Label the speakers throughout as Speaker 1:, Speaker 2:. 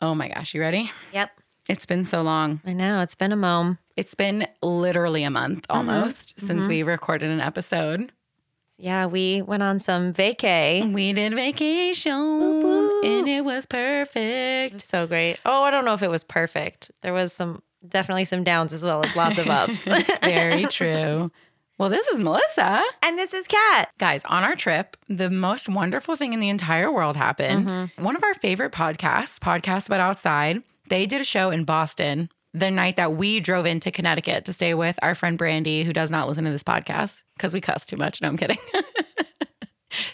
Speaker 1: Oh my gosh, you ready?
Speaker 2: Yep.
Speaker 1: It's been so long.
Speaker 2: I know. It's been a mom.
Speaker 1: It's been literally a month almost since
Speaker 2: mhm.
Speaker 1: we recorded an episode.
Speaker 2: Yeah, we went on some vacay.
Speaker 1: We did vacation
Speaker 2: boop.
Speaker 1: and it was
Speaker 2: It was
Speaker 1: perfect.
Speaker 2: so great. Oh, I don't know if it was perfect. There was some definitely some downs as well as lots of ups.
Speaker 1: Very true. Well, this is Melissa.
Speaker 2: and this is Kat.
Speaker 1: Guys, on our trip, the most wonderful thing in the entire world happened. One of our favorite podcasts, Podcast About Outside, they did a show in Boston the night that we drove into Connecticut to stay with our friend Brandy, who does not listen to this podcast because we cuss too much. No, I'm kidding.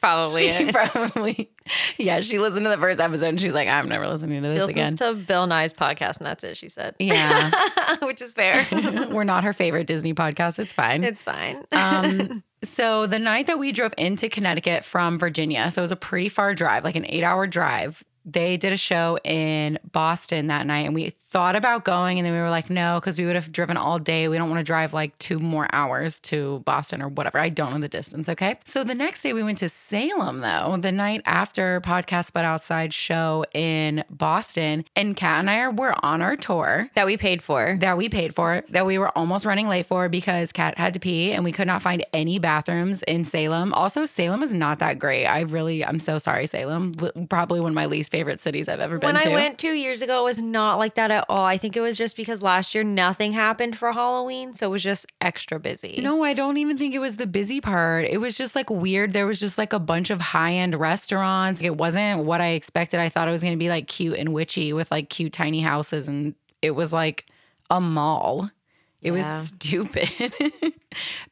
Speaker 2: Probably.
Speaker 1: She probably, yeah, she listened to the first episode and she's like, I'm never listening to
Speaker 2: She
Speaker 1: this
Speaker 2: listens
Speaker 1: again.
Speaker 2: to Bill Nye's podcast, and that's it. She said,
Speaker 1: yeah.
Speaker 2: which is fair.
Speaker 1: We're not her favorite Disney podcast. It's fine.
Speaker 2: it's fine.
Speaker 1: Um, so the night that we drove into Connecticut from Virginia, so it was a pretty far drive, like an eight hour drive. They did a show in Boston that night, and we thought about going, and then we were like, no, because we would have driven all day. We don't want to drive like two more hours to Boston or whatever. I don't know the distance. Okay. So the next day we went to Salem, though, the night after Podcast But Outside show in Boston. And Kat and I are, were on our tour
Speaker 2: that we paid for.
Speaker 1: that we paid for that we were almost running late for because Kat had to pee and we could not find any bathrooms in Salem. Also, Salem is not that great. I really, I'm so sorry, Salem. L- Probably one of my least favorite cities I've ever
Speaker 2: When
Speaker 1: been to.
Speaker 2: I went two years ago, it was not like that at all. I think it was just because last year nothing happened for Halloween, so it was just extra busy.
Speaker 1: no, I don't even think it was the busy part. It was just like weird. There was just like a bunch of high end restaurants. It wasn't what I expected. I thought it was going to be like cute and witchy with like cute tiny houses, and it was like a mall. It
Speaker 2: Yeah.
Speaker 1: was stupid.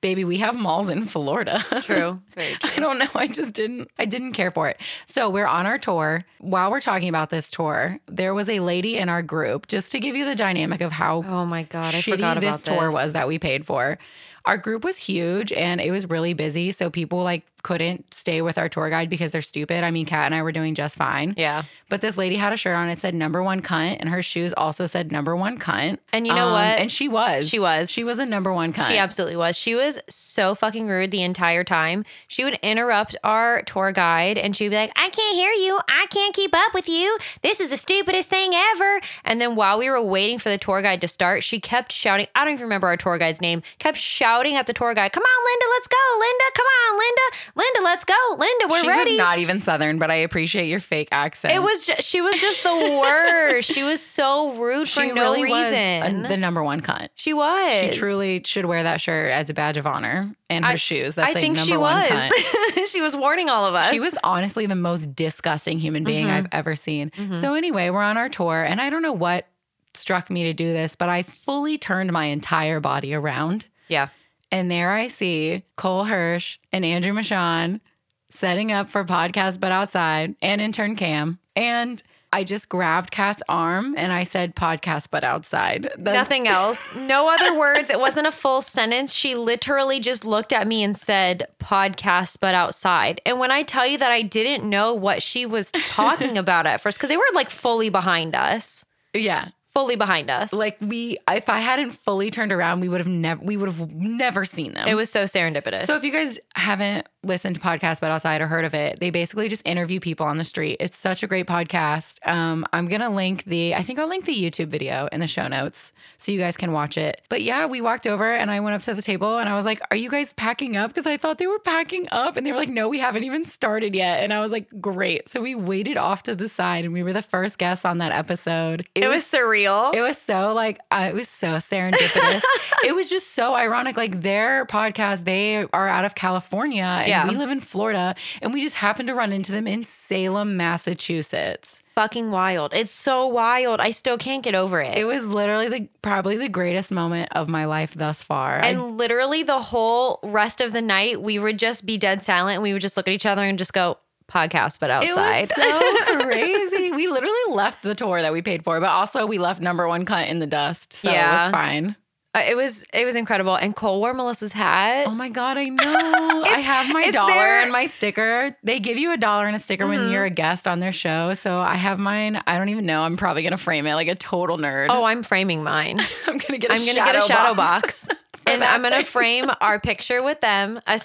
Speaker 1: Baby, we have malls in Florida.
Speaker 2: True. Very true.
Speaker 1: I don't know. I just didn't I didn't care for it. So we're on our tour. While we're talking about this tour, there was a lady in our group, just to give you the dynamic of how
Speaker 2: Oh my god, I
Speaker 1: shitty
Speaker 2: forgot about
Speaker 1: this tour was that we paid for. Our group was huge and it was really busy. So people like couldn't stay with our tour guide because they're stupid. I mean, Kat and I were doing just fine.
Speaker 2: Yeah.
Speaker 1: But this lady had a shirt on. It said number one cunt, and her shoes also said number one cunt. Um,
Speaker 2: And you know what?
Speaker 1: And she was.
Speaker 2: She was.
Speaker 1: She was a number one cunt.
Speaker 2: She absolutely was. She was so fucking rude the entire time. She would interrupt our tour guide and she'd be like, I can't hear you. I can't keep up with you. This is the stupidest thing ever. And then while we were waiting for the tour guide to start, she kept shouting. I don't even remember our tour guide's name. Kept shouting at the tour guide, Come on, Linda, let's go. Linda, come on, Linda. Linda, let's go. Linda, we're
Speaker 1: she
Speaker 2: ready.
Speaker 1: was not even Southern, but I appreciate your fake accent.
Speaker 2: it was just, she was just the worst. she was so rude for no
Speaker 1: was a-
Speaker 2: reason.
Speaker 1: the number one cunt.
Speaker 2: she was.
Speaker 1: She truly should wear that shirt as a badge of honor and her
Speaker 2: I-
Speaker 1: shoes. That's
Speaker 2: I
Speaker 1: like
Speaker 2: think
Speaker 1: number
Speaker 2: she
Speaker 1: one cunt.
Speaker 2: was. she was warning all of us.
Speaker 1: She was honestly the most disgusting human being
Speaker 2: Mhm.
Speaker 1: I've ever seen.
Speaker 2: Mhm.
Speaker 1: So anyway, we're on our tour, and I don't know what struck me to do this, but I fully turned my entire body around.
Speaker 2: Yeah.
Speaker 1: And there I see Cole Hirsch and Andrew Michon setting up for podcast but outside and intern Cam. And I just grabbed Kat's arm and I said podcast but outside. The-
Speaker 2: Nothing else. No other words. It wasn't a full sentence. She literally just looked at me and said, podcast, but outside. And when I tell you that I didn't know what she was talking about at first, because they were like fully behind us,
Speaker 1: Yeah.
Speaker 2: fully behind us.
Speaker 1: Like we if I hadn't fully turned around, we would have never we would have never seen them.
Speaker 2: it was so serendipitous.
Speaker 1: So if you guys haven't listened to Podcast But Outside or heard of it, they basically just interview people on the street. It's such a great podcast. Um, I'm gonna link the I think I'll link the YouTube video in the show notes so you guys can watch it. But yeah, we walked over and I went up to the table and I was like, Are you guys packing up? Because I thought they were packing up and they were like, No, we haven't even started yet. And I was like, Great. So we waited off to the side and we were the first guests on that episode.
Speaker 2: it, was, surreal.
Speaker 1: It was so like uh, it was so serendipitous. it was just so ironic. Like their podcast, they are out of California, and
Speaker 2: Yeah.
Speaker 1: we live in Florida, and we just happened to run into them in Salem, Massachusetts.
Speaker 2: fucking wild. It's so wild. I still can't get over it.
Speaker 1: It was literally the probably the greatest moment of my life thus far. I-
Speaker 2: and literally the whole rest of the night, we would just be dead silent and we would just look at each other and just go, podcast, but
Speaker 1: it
Speaker 2: outside.
Speaker 1: was so crazy. We literally left the tour that we paid for, but also we left number one cut in the dust, so it
Speaker 2: Yeah.
Speaker 1: was fine.
Speaker 2: Uh, it was it was incredible. And Cole wore Melissa's hat.
Speaker 1: Oh my god, I know. I have my
Speaker 2: it's
Speaker 1: dollar
Speaker 2: there.
Speaker 1: and my sticker. They give you a dollar and a sticker when
Speaker 2: Mhm.
Speaker 1: you're a guest on their show. So I have mine. I don't even know. I'm probably gonna frame it like a total nerd.
Speaker 2: Oh, I'm framing mine.
Speaker 1: I'm gonna get a
Speaker 2: I'm gonna get a shadow box.
Speaker 1: for
Speaker 2: and
Speaker 1: that
Speaker 2: I'm gonna
Speaker 1: thing.
Speaker 2: frame our picture with them, a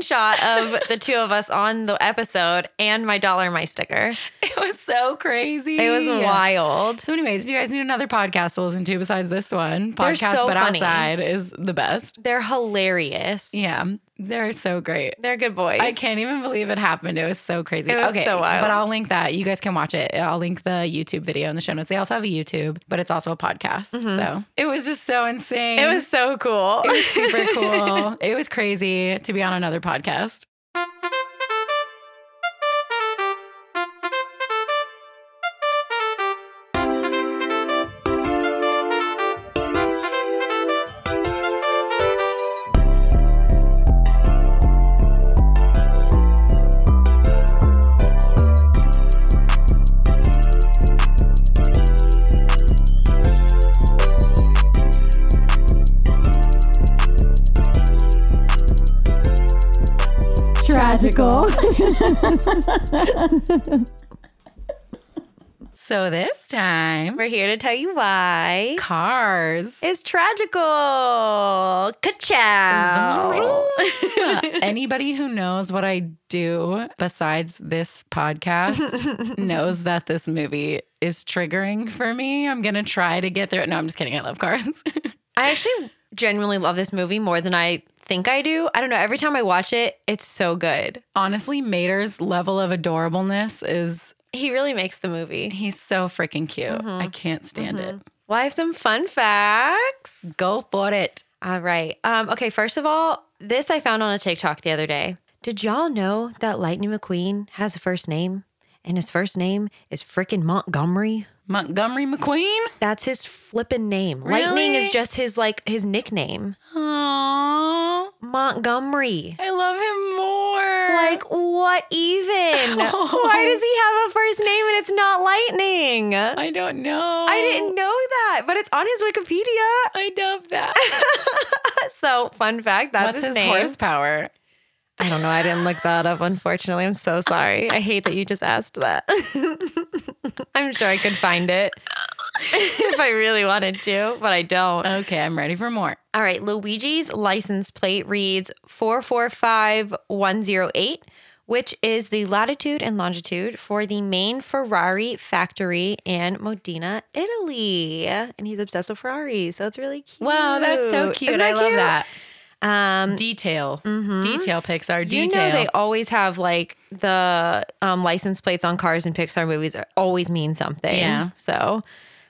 Speaker 2: screenshot of the two of us on the episode, and my dollar my sticker.
Speaker 1: It was so crazy.
Speaker 2: It was wild.
Speaker 1: So, anyways, if you guys need another podcast to listen to besides this one,
Speaker 2: They're
Speaker 1: podcast
Speaker 2: so
Speaker 1: but
Speaker 2: funny.
Speaker 1: outside is the best.
Speaker 2: They're hilarious.
Speaker 1: Yeah, they're so great.
Speaker 2: They're good boys.
Speaker 1: I can't even believe it happened. It was so crazy.
Speaker 2: It was
Speaker 1: okay,
Speaker 2: so wild.
Speaker 1: But I'll link that. You guys can watch it. I'll link the YouTube video in the show notes. They also have a YouTube, but it's also a podcast. So it was just so insane.
Speaker 2: Mm-hmm. It was so cool.
Speaker 1: It was super cool. it was crazy to be on another podcast.
Speaker 3: Tragical.
Speaker 1: So this time,
Speaker 2: We're here to tell you why.
Speaker 1: cars.
Speaker 2: It's tragical. Ka-chow.
Speaker 1: Anybody who knows what I do besides this podcast knows that this movie is triggering for me. I'm going to try to get through it. No, I'm just kidding. I love cars.
Speaker 2: I actually genuinely love this movie more than I think I do. I don't know. Every time I watch it, it's so good.
Speaker 1: Honestly, Mater's level of adorableness is
Speaker 2: He really makes the movie.
Speaker 1: he's so freaking cute.
Speaker 2: Mm-hmm.
Speaker 1: I can't stand it.
Speaker 2: Well, I have some fun facts.
Speaker 1: Go for it.
Speaker 2: All right. Um, okay, first of all, this I found on a TikTok the other day. Did y'all know that Lightning McQueen has a first name? And his first name is frickin' Montgomery.
Speaker 1: Montgomery McQueen.
Speaker 2: That's his flippin' name. Lightning
Speaker 1: Really?
Speaker 2: is just his like his nickname.
Speaker 1: Aww.
Speaker 2: Montgomery.
Speaker 1: I love him more.
Speaker 2: Like what even?
Speaker 1: Oh.
Speaker 2: Why does he have a first name and it's not Lightning? I,
Speaker 1: I don't know.
Speaker 2: didn't know that, but it's on his Wikipedia.
Speaker 1: Oh. I love that.
Speaker 2: So fun fact, that's
Speaker 1: What's his,
Speaker 2: name.
Speaker 1: horsepower?
Speaker 2: I don't know. I didn't look that up. Unfortunately, I'm so sorry. I hate that you just asked that. I'm sure I could find it if I really wanted to, but I don't.
Speaker 1: Okay, I'm ready for more.
Speaker 2: All right, Luigi's license plate reads 445108, which is the latitude and longitude for the main Ferrari factory in Modena, Italy. And he's obsessed with Ferraris, so it's really cute.
Speaker 1: Wow, that's so cute.
Speaker 2: Isn't
Speaker 1: I love
Speaker 2: cute?
Speaker 1: that.
Speaker 2: Um,
Speaker 1: Detail.
Speaker 2: mhm.
Speaker 1: Detail Pixar. Detail.
Speaker 2: You know they always have like the um, license plates on cars in Pixar movies are, always mean something.
Speaker 1: Yeah.
Speaker 2: So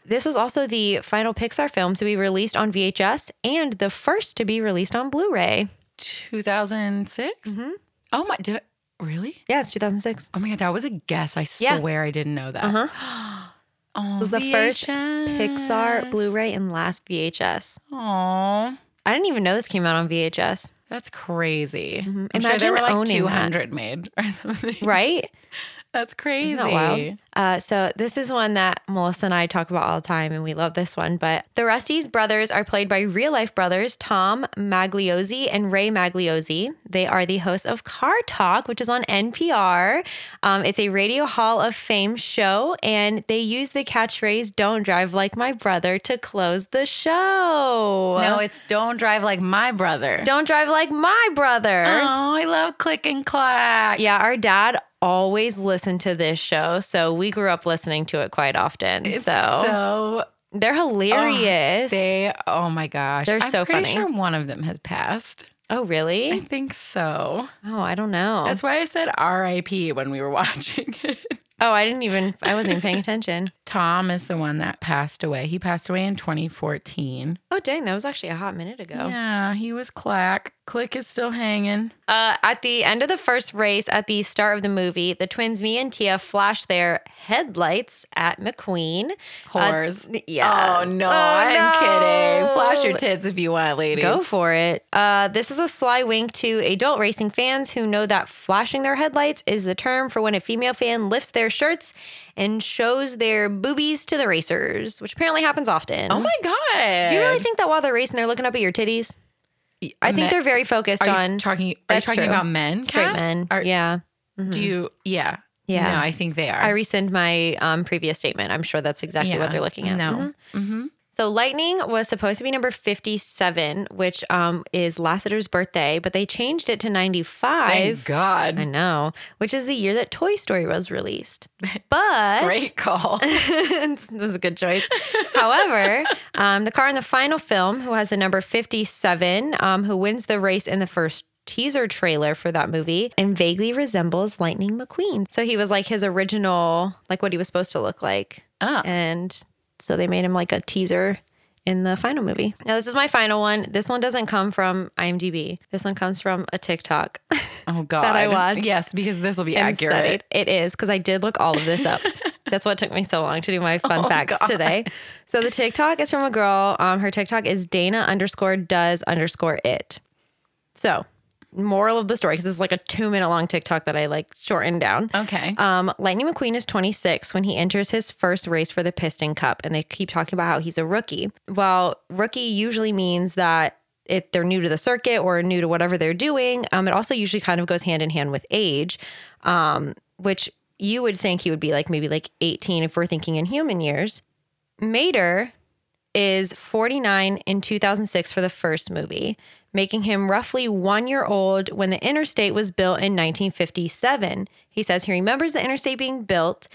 Speaker 2: this was also the final Pixar film to be released on VHS and the first to be released on Blu-ray.
Speaker 1: 2006?
Speaker 2: Mm-hmm.
Speaker 1: Oh my, did I, really?
Speaker 2: Yeah, it's 2006.
Speaker 1: Oh my God, that was a guess. I
Speaker 2: Yeah.
Speaker 1: swear I didn't know that.
Speaker 2: Uh-huh.
Speaker 1: Oh,
Speaker 2: This was the first Pixar
Speaker 1: VHS.
Speaker 2: Blu-ray and last VHS.
Speaker 1: Aw,
Speaker 2: I didn't even know this came out on VHS,
Speaker 1: that's crazy. I'm sure
Speaker 2: Mm-hmm. Imagine
Speaker 1: there were like
Speaker 2: owning that.
Speaker 1: 200 made or something.
Speaker 2: right?
Speaker 1: That's crazy.
Speaker 2: Isn't that wild? Uh, so this is one that Melissa and I talk about all the time, and we love this one. But the Rusty's brothers are played by real life brothers Tom Magliozzi and Ray Magliozzi. They are the hosts of Car Talk, which is on NPR. Um, it's a Radio Hall of Fame show, and they use the catchphrase "Don't drive like my brother" to close the show.
Speaker 1: No, it's don't drive like my brother.
Speaker 2: don't drive like my brother.
Speaker 1: Oh, I love click and clack.
Speaker 2: Yeah, our dad always listened to this show, so we grew up listening to it quite often.
Speaker 1: It's
Speaker 2: so.
Speaker 1: so
Speaker 2: They're hilarious.
Speaker 1: They, oh my gosh.
Speaker 2: They're
Speaker 1: I'm
Speaker 2: so
Speaker 1: pretty
Speaker 2: funny.
Speaker 1: sure one of them has passed.
Speaker 2: oh,
Speaker 1: I
Speaker 2: really?
Speaker 1: think so.
Speaker 2: Oh, I don't know.
Speaker 1: That's why I said RIP when we were watching it.
Speaker 2: oh, I didn't even, I wasn't even paying attention.
Speaker 1: Tom is the one that passed away. He passed away in 2014.
Speaker 2: Oh, dang, that was actually a hot minute ago.
Speaker 1: Yeah, he was clack. Click is still hanging.
Speaker 2: Uh, at the end of the first race, at the start of the movie, the twins, me and Tia, flash their headlights at McQueen. Uh,
Speaker 1: Whores.
Speaker 2: yeah.
Speaker 1: oh no,
Speaker 2: Oh,
Speaker 1: I'm kidding.
Speaker 2: no.
Speaker 1: Flash your tits if you want, ladies.
Speaker 2: Go for it. Uh, this is a sly wink to adult racing fans who know that flashing their headlights is the term for when a female fan lifts their shirts and shows their boobies to the racers, which apparently happens often.
Speaker 1: Oh my god.
Speaker 2: Do you really think that while they're racing, they're looking up at your titties? I think they're very focused
Speaker 1: are
Speaker 2: on
Speaker 1: you talking are you
Speaker 2: That's
Speaker 1: talking
Speaker 2: true.
Speaker 1: about men?
Speaker 2: straight
Speaker 1: Kat?
Speaker 2: men.
Speaker 1: Are-
Speaker 2: yeah. Mm-hmm.
Speaker 1: Do you yeah.
Speaker 2: Yeah.
Speaker 1: No, I think they are.
Speaker 2: I rescind my um, previous statement. I'm sure that's exactly what they're looking at.
Speaker 1: No.
Speaker 2: Mhm.
Speaker 1: Mm-hmm.
Speaker 2: So Lightning was supposed to be number 57, which um is Lassiter's birthday, but they changed it to 95.
Speaker 1: Thank
Speaker 2: I
Speaker 1: God.
Speaker 2: know, which is the year that Toy Story was released. But
Speaker 1: Great call.
Speaker 2: It's- that was a good choice. However, um, the car in the final film, who has the number 57, um, who wins the race in the first teaser trailer for that movie, and vaguely resembles Lightning McQueen. So he was like his original, like what he was supposed to look like.
Speaker 1: Ah.
Speaker 2: And so they made him like a teaser in the final movie. Now, this is my final one. This one doesn't come from IMDb, this one comes from a TikTok.
Speaker 1: Oh God.
Speaker 2: I watched
Speaker 1: Yes, because this will be
Speaker 2: and
Speaker 1: accurate.
Speaker 2: studied. It is because I did look all of this up. That's what took me so long to do my fun facts
Speaker 1: Oh, God.
Speaker 2: today. So the TikTok is from a girl. Um, her TikTok is Dana underscore does underscore it. So moral of the story because this is like a two minute long TikTok that I like shortened down.
Speaker 1: Okay.
Speaker 2: Um, Lightning McQueen is 26 when he enters his first race for the Piston Cup, and they keep talking about how he's a rookie. Well, rookie usually means that it, they're new to the circuit or new to whatever they're doing. Um, it also usually kind of goes hand in hand with age, um, which you would think he would be like maybe like 18 if we're thinking in human years. Mater is 49 in 2006 for the first movie, making him roughly one year old when the interstate was built in 1957. He says he remembers the interstate being built,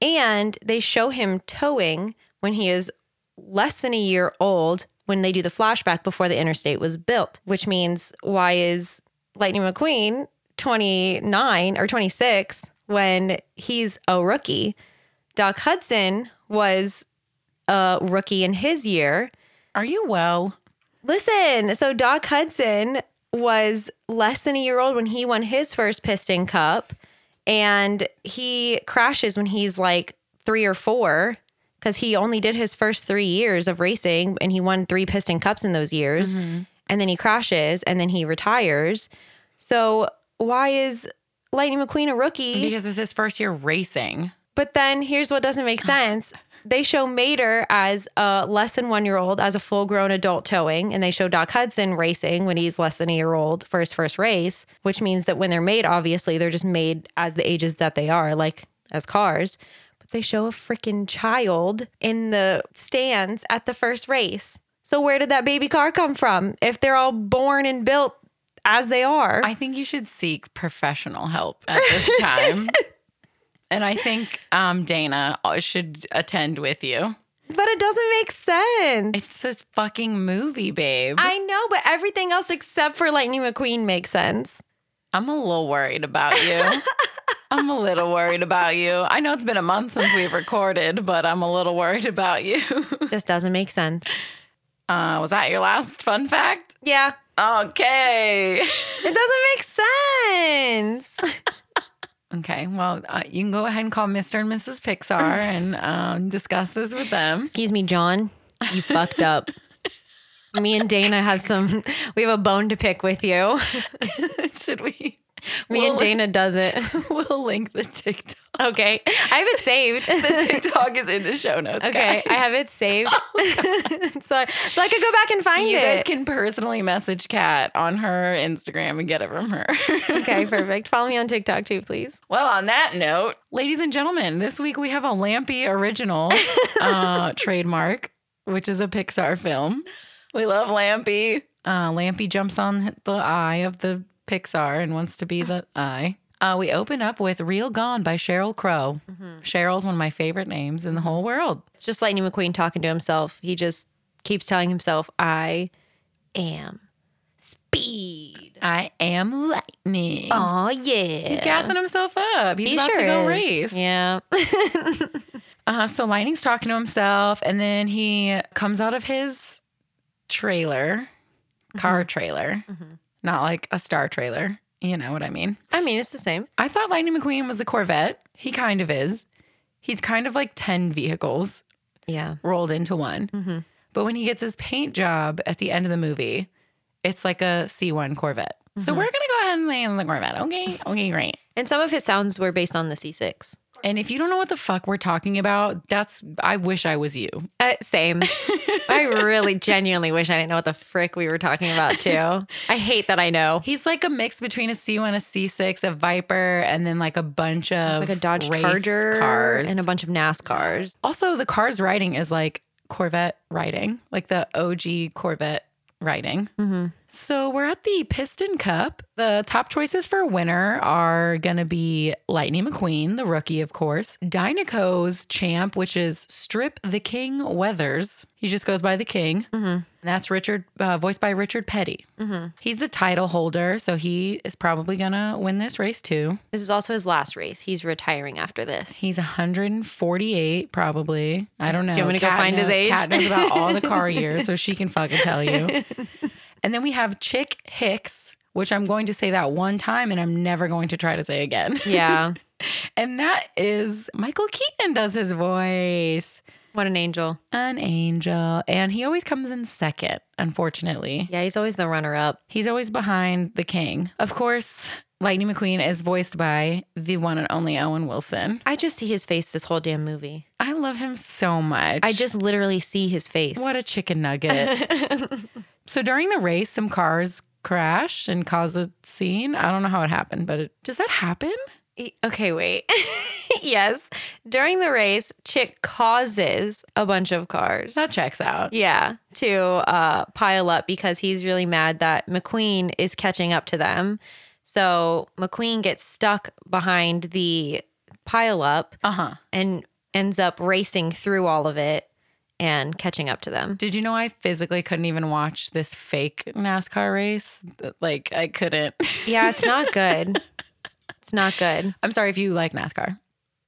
Speaker 2: and they show him towing when he is less than a year old when they do the flashback before the interstate was built, which means why is Lightning McQueen 29 or 26 when he's a rookie? Doc Hudson was a rookie in his year.
Speaker 1: Are you well?
Speaker 2: Listen, so Doc Hudson was less than a year old when he won his first Piston Cup, and he crashes when he's like three or four because he only did his first three years of racing and he won three Piston Cups in those years. And then he crashes and then he retires. So, why is Lightning McQueen a rookie?
Speaker 1: Because it's his first year racing.
Speaker 2: But then here's what doesn't make sense. They show Mater as a less than one year old, as a full grown adult towing, and they show Doc Hudson racing when he's less than a year old for his first race, which means that when they're made, obviously, they're just made as the ages that they are, like as cars. But they show a freaking child in the stands at the first race. So, where did that baby car come from if they're all born and built as they are?
Speaker 1: I think you should seek professional help at this time. and I think um, Dana should attend with you.
Speaker 2: but it doesn't make sense.
Speaker 1: It's this fucking movie, babe. I-
Speaker 2: I know, but everything else except for Lightning McQueen makes sense.
Speaker 1: am a little worried about you. I'm a little worried about you. I know it's been a month since we've recorded, but I'm a little worried about you.
Speaker 2: Just doesn't make sense.
Speaker 1: Uh, was that your last fun fact?
Speaker 2: Yeah,
Speaker 1: Okay.
Speaker 2: it doesn't make sense.
Speaker 1: Okay. Well, uh, you can go ahead and call Mr. and Mrs. Pixar and um, discuss this with them.
Speaker 2: Excuse me, John. You fucked up. Me and Dana have some. We have a bone to pick with you.
Speaker 1: Should we?
Speaker 2: Me
Speaker 1: We'll
Speaker 2: and Dana does it.
Speaker 1: link- We'll link the TikTok.
Speaker 2: Okay, I have it saved.
Speaker 1: The TikTok is in the show notes.
Speaker 2: Okay, I
Speaker 1: guys.
Speaker 2: have it saved. so, I, so I could go back and find
Speaker 1: You
Speaker 2: it.
Speaker 1: guys can personally message Kat on her Instagram and get it from her.
Speaker 2: okay, perfect. Follow me on TikTok too, please.
Speaker 1: Well, on that note, ladies and gentlemen, this week we have a Lampy original uh, trademark, which is a Pixar film. We love Lampy. Uh, Lampy jumps on the eye of the Pixar and wants to be the eye. Uh, we open up with Real Gone by Cheryl Crow. Cheryl's one of my favorite names in the whole world.
Speaker 2: It's just Lightning McQueen talking to himself. He just keeps telling himself, I am speed.
Speaker 1: I am lightning.
Speaker 2: Oh, yeah.
Speaker 1: He's gassing himself up. He's about to go race.
Speaker 2: Yeah. Mm-hmm.
Speaker 1: Uh, so Lightning's talking to himself, and then he comes out of his trailer, car trailer, not like a star trailer. You know what I mean?
Speaker 2: I mean, it's the same.
Speaker 1: I thought Lightning McQueen was a Corvette. He kind of is. He's kind of like 10 vehicles
Speaker 2: Yeah.
Speaker 1: rolled into one.
Speaker 2: Mm-hmm.
Speaker 1: But when he gets his paint job at the end of the movie, it's like a C1 Corvette. So we're going to go ahead and land the Corvette. Okay. Okay, great.
Speaker 2: And some of his sounds were based on the C6.
Speaker 1: And if you don't know what the fuck we're talking about, that's, I wish I was you.
Speaker 2: Uh, same. I really genuinely wish I didn't know what the frick we were talking about, too. I hate that I know.
Speaker 1: He's like a mix between a C1, a C6, a Viper, and then like a bunch of
Speaker 2: It's like a Dodge
Speaker 1: race
Speaker 2: Charger
Speaker 1: cars.
Speaker 2: and a bunch of NASCARs.
Speaker 1: also, the car's riding is like Corvette riding, like the OG Corvette riding.
Speaker 2: Mm-hmm.
Speaker 1: So we're at the Piston Cup. The top choices for winner are going to be Lightning McQueen, the rookie, of course, Dynaco's champ, which is Strip the King Weathers. He just goes by the King.
Speaker 2: Mhm.
Speaker 1: That's Richard, uh, voiced by Richard Petty.
Speaker 2: Mm-hmm.
Speaker 1: He's the title holder, so he is probably going to win this race too.
Speaker 2: This is also his last race. He's retiring after this.
Speaker 1: He's 148, probably. I don't know.
Speaker 2: you want me to go
Speaker 1: Kat
Speaker 2: find his
Speaker 1: knows-
Speaker 2: age?
Speaker 1: Kat knows about all the car years, so she can fucking tell you. And then we have Chick Hicks, which I'm going to say that one time and I'm never going to try to say again.
Speaker 2: yeah.
Speaker 1: And that is Michael Keaton does his voice.
Speaker 2: What an angel.
Speaker 1: An angel. And he always comes in second, unfortunately.
Speaker 2: Yeah, he's always the runner up.
Speaker 1: He's always behind the king. Of course, Lightning McQueen is voiced by the one and only Owen Wilson.
Speaker 2: I just see his face this whole damn movie.
Speaker 1: I love him so much.
Speaker 2: I just literally see his face.
Speaker 1: What a chicken nugget. so during the race, some cars crashed and caused a scene. I don't know how it happened, but it, does that happen?
Speaker 2: E- Okay, wait. yes. During the race, Chick causes a bunch of cars.
Speaker 1: That checks out.
Speaker 2: yeah, to uh, pile up because he's really mad that McQueen is catching up to them. So McQueen gets stuck behind the pile up
Speaker 1: Uh huh.
Speaker 2: and ends up racing through all of it and catching up to them.
Speaker 1: Did you know I physically couldn't even watch this fake NASCAR race? Th- Like, I couldn't.
Speaker 2: Yeah, it's not good. it's not good.
Speaker 1: I'm sorry if you like NASCAR.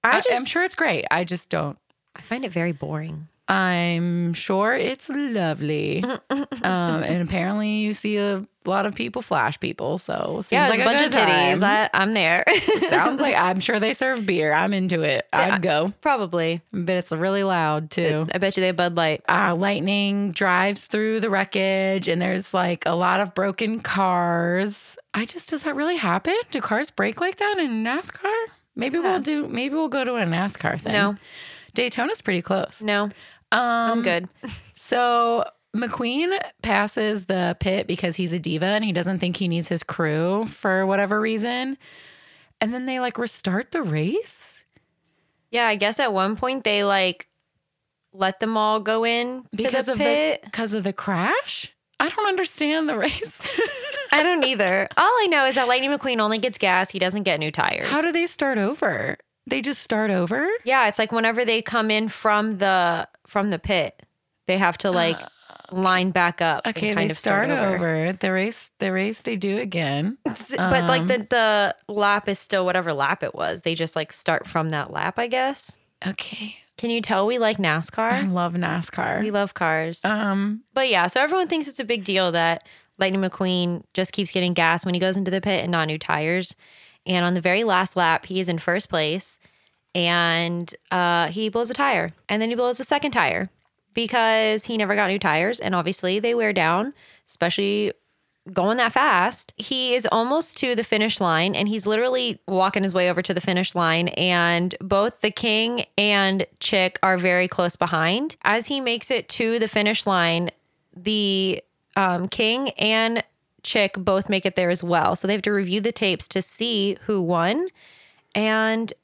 Speaker 2: I
Speaker 1: I-
Speaker 2: just
Speaker 1: I'm sure it's great. I just don't.
Speaker 2: I find it very boring.
Speaker 1: I'm sure it's lovely. um, and apparently, you see a lot of people flash people. So, seems
Speaker 2: yeah, it's
Speaker 1: like
Speaker 2: a bunch
Speaker 1: good
Speaker 2: of titties.
Speaker 1: time.
Speaker 2: I, I'm there.
Speaker 1: Sounds like I'm sure they serve beer. I'm into it. I'd go.
Speaker 2: probably.
Speaker 1: But it's really loud too.
Speaker 2: I bet you they have Bud Light.
Speaker 1: Uh, lightning drives through the wreckage and there's like a lot of broken cars. I just, does that really happen? Do cars break like that in NASCAR? Maybe
Speaker 2: Yeah.
Speaker 1: we'll do, maybe we'll go to a NASCAR thing.
Speaker 2: No.
Speaker 1: Daytona's pretty close.
Speaker 2: No,
Speaker 1: Um,
Speaker 2: I'm good.
Speaker 1: So McQueen passes the pit because he's a diva and he doesn't think he needs his crew for whatever reason. And then they like restart the race.
Speaker 2: Yeah, I guess at one point they like let them all go in to
Speaker 1: because
Speaker 2: the
Speaker 1: of
Speaker 2: pit.
Speaker 1: the because of the crash. I don't understand the race.
Speaker 2: I don't either. All I know is that Lightning McQueen only gets gas. He doesn't get new tires.
Speaker 1: How do they start over? They just start over.
Speaker 2: yeah, it's like whenever they come in from the from the pit, they have to like line back up. and
Speaker 1: Okay,
Speaker 2: kind
Speaker 1: they
Speaker 2: of start,
Speaker 1: start over. The race, the race, they do again.
Speaker 2: S- But like
Speaker 1: Um.
Speaker 2: the the lap is still whatever lap it was. They just like start from that lap, I guess.
Speaker 1: Okay,
Speaker 2: Can you tell we like
Speaker 1: I
Speaker 2: NASCAR?
Speaker 1: love
Speaker 2: we
Speaker 1: NASCAR.
Speaker 2: love cars.
Speaker 1: Um,
Speaker 2: But yeah, so everyone thinks it's a big deal that Lightning McQueen just keeps getting gas when he goes into the pit and not new tires. And on the very last lap, he is in first place and uh, he blows a tire. And then he blows a second tire because he never got new tires. And obviously, they wear down, especially going that fast. He is almost to the finish line and he's literally walking his way over to the finish line. And both the king and chick are very close behind. As he makes it to the finish line, the um, king and chick both make it there as well. So they have to review the tapes to see who won. And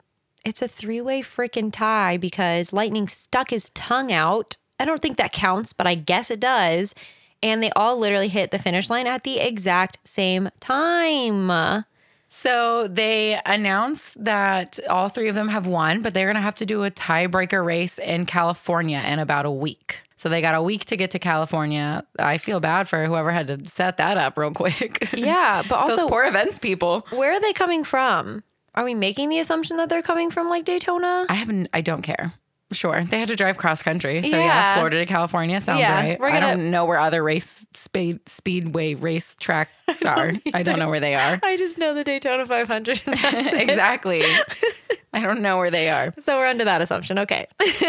Speaker 2: it's a three way freaking tie because Lightning stuck his tongue out. I don't think that counts, but I guess it does. And they all literally hit the finish line at the exact same time.
Speaker 1: so they announce that all three of them have won, but they're gonna have to do a tiebreaker race in California in about a week. So they got a week to get to California. I feel bad for whoever had to set that up real quick.
Speaker 2: Yeah, but also,
Speaker 1: Those poor events people.
Speaker 2: where are they coming from? Are we making the assumption that they're coming from like Daytona?
Speaker 1: I haven't. I don't care. Sure, they had to drive cross country, so yeah,
Speaker 2: Yeah.
Speaker 1: Florida to California sounds
Speaker 2: Yeah,
Speaker 1: right.
Speaker 2: we're
Speaker 1: I
Speaker 2: gonna-
Speaker 1: don't know where other race speed speedway race tracks are. I don't know where they are
Speaker 2: I just know the Daytona 500.
Speaker 1: exactly. I don't know where they are.
Speaker 2: So we're under that assumption. Okay.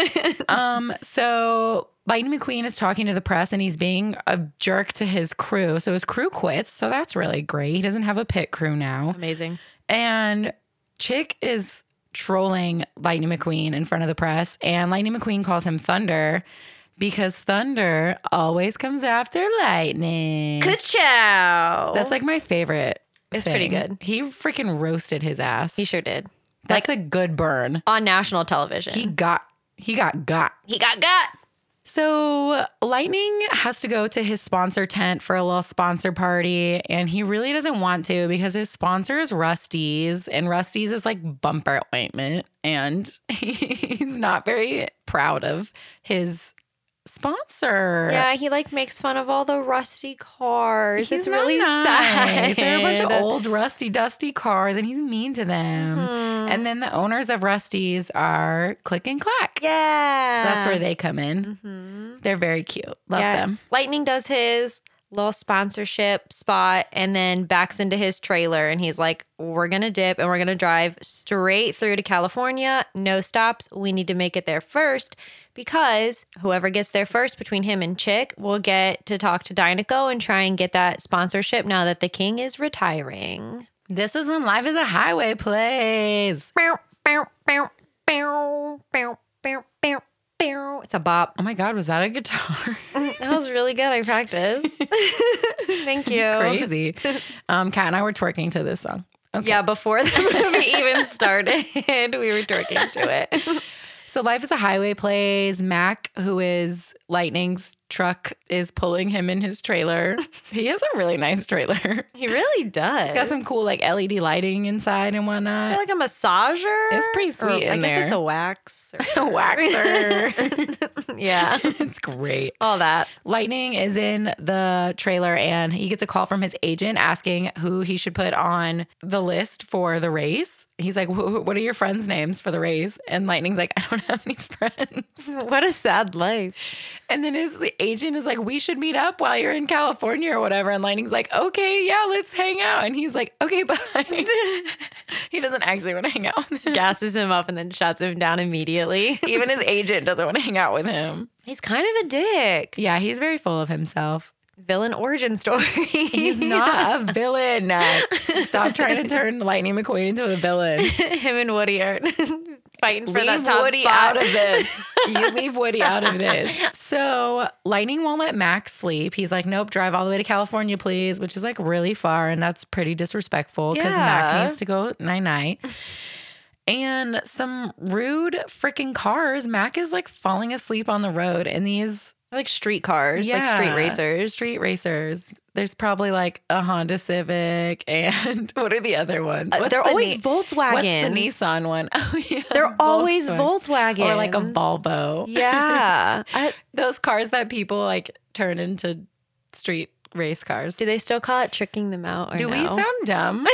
Speaker 1: Um, so Lightning McQueen is talking to the press and he's being a jerk to his crew. So his crew quits. So that's really great. He doesn't have a pit crew now.
Speaker 2: Amazing.
Speaker 1: And Chick is trolling Lightning McQueen in front of the press, and Lightning McQueen calls him Thunder because Thunder always comes after Lightning.
Speaker 2: chow.
Speaker 1: That's like my favorite.
Speaker 2: It's pretty
Speaker 1: thing.
Speaker 2: good.
Speaker 1: He freaking roasted his ass.
Speaker 2: he sure did.
Speaker 1: That's a good burn.
Speaker 2: On national television.
Speaker 1: He got he got got.
Speaker 2: He got gut.
Speaker 1: So Lightning has to go to his sponsor tent for a little sponsor party, and he really doesn't want to because his sponsor is Rusty's, and Rusty's is like bumper ointment, and he's not very proud of his sponsor.
Speaker 2: Yeah, he like makes fun of all the rusty cars.
Speaker 1: He's
Speaker 2: it's
Speaker 1: not
Speaker 2: really
Speaker 1: nice.
Speaker 2: sad.
Speaker 1: They're a bunch of old, rusty, dusty cars, and he's mean to them.
Speaker 2: Mhm.
Speaker 1: And then the owners of Rusty's are Click and Clack.
Speaker 2: yeah.
Speaker 1: So that's where they come in.
Speaker 2: hmm
Speaker 1: They're very cute. Love
Speaker 2: Yeah.
Speaker 1: them.
Speaker 2: Lightning does his little sponsorship spot and then backs into his trailer and he's like, We're gonna dip and we're gonna drive straight through to California. No stops. We need to make it there first because whoever gets there first between him and Chick will get to talk to Dynaco and try and get that sponsorship now that the king is retiring.
Speaker 1: This is when life is a highway plays.
Speaker 2: Bow, bow, bow, bow, bow, bow, bow, bow. It's a bop.
Speaker 1: Oh my God, was that a guitar?
Speaker 2: That was really good. I practiced. Thank you.
Speaker 1: Crazy. Um, Kat and I were twerking to this song. Okay.
Speaker 2: Yeah, before the movie even started, we were twerking to it.
Speaker 1: So Life is a Highway plays. Mac, who is Lightning's truck, is pulling him in his trailer. he has a really nice trailer.
Speaker 2: He really does.
Speaker 1: It's got some cool like LED lighting inside and
Speaker 2: I feel
Speaker 1: whatnot.
Speaker 2: like a massager.
Speaker 1: It's pretty
Speaker 2: Or
Speaker 1: sweet
Speaker 2: I
Speaker 1: in
Speaker 2: guess
Speaker 1: there.
Speaker 2: it's a wax. or-
Speaker 1: A waxer.
Speaker 2: yeah,
Speaker 1: it's great.
Speaker 2: all that.
Speaker 1: Lightning is in the trailer and he gets a call from his agent asking who he should put on the list for the race. He's like, "Wh- What are your friends' names for the race? And Lightning's like, I don't have any friends.
Speaker 2: What a sad life.
Speaker 1: And then his the agent is like, We should meet up while you're in California or whatever. And Lightning's like, Okay, yeah, let's hang out. And he's like, Okay, bye. he doesn't actually want to hang out with him.
Speaker 2: Gasses him up and then shuts him down immediately.
Speaker 1: Even his agent doesn't want to hang out with him.
Speaker 2: He's kind of a dick.
Speaker 1: Yeah, he's very full of himself.
Speaker 2: Villain origin story.
Speaker 1: He's not a villain. Stop trying to turn Lightning McQueen into a villain.
Speaker 2: him and Woody are fighting for that
Speaker 1: leave
Speaker 2: top
Speaker 1: Woody out
Speaker 2: spot.
Speaker 1: of this. You leave Woody out of this. So Lightning won't let Max sleep. He's like, nope, drive all the way to California, please, which is like really far. And that's pretty disrespectful because
Speaker 2: Yeah.
Speaker 1: Mac needs to go night night. And some rude freaking cars. Mac is like falling asleep on the road in these
Speaker 2: like street cars, like street
Speaker 1: Yeah.
Speaker 2: racers.
Speaker 1: street racers. There's probably like a Honda Civic and what are the other ones?
Speaker 2: Uh,
Speaker 1: What's
Speaker 2: they're
Speaker 1: the
Speaker 2: always
Speaker 1: Ni-
Speaker 2: Volkswagens.
Speaker 1: What's the Nissan one? Oh, yeah.
Speaker 2: They're always
Speaker 1: Volkswagen.
Speaker 2: Volkswagen.
Speaker 1: Or like a Volvo.
Speaker 2: Yeah. I-
Speaker 1: Those cars that people like turn into street race cars.
Speaker 2: do they still call it tricking them out? Or
Speaker 1: Do we
Speaker 2: no?
Speaker 1: sound dumb?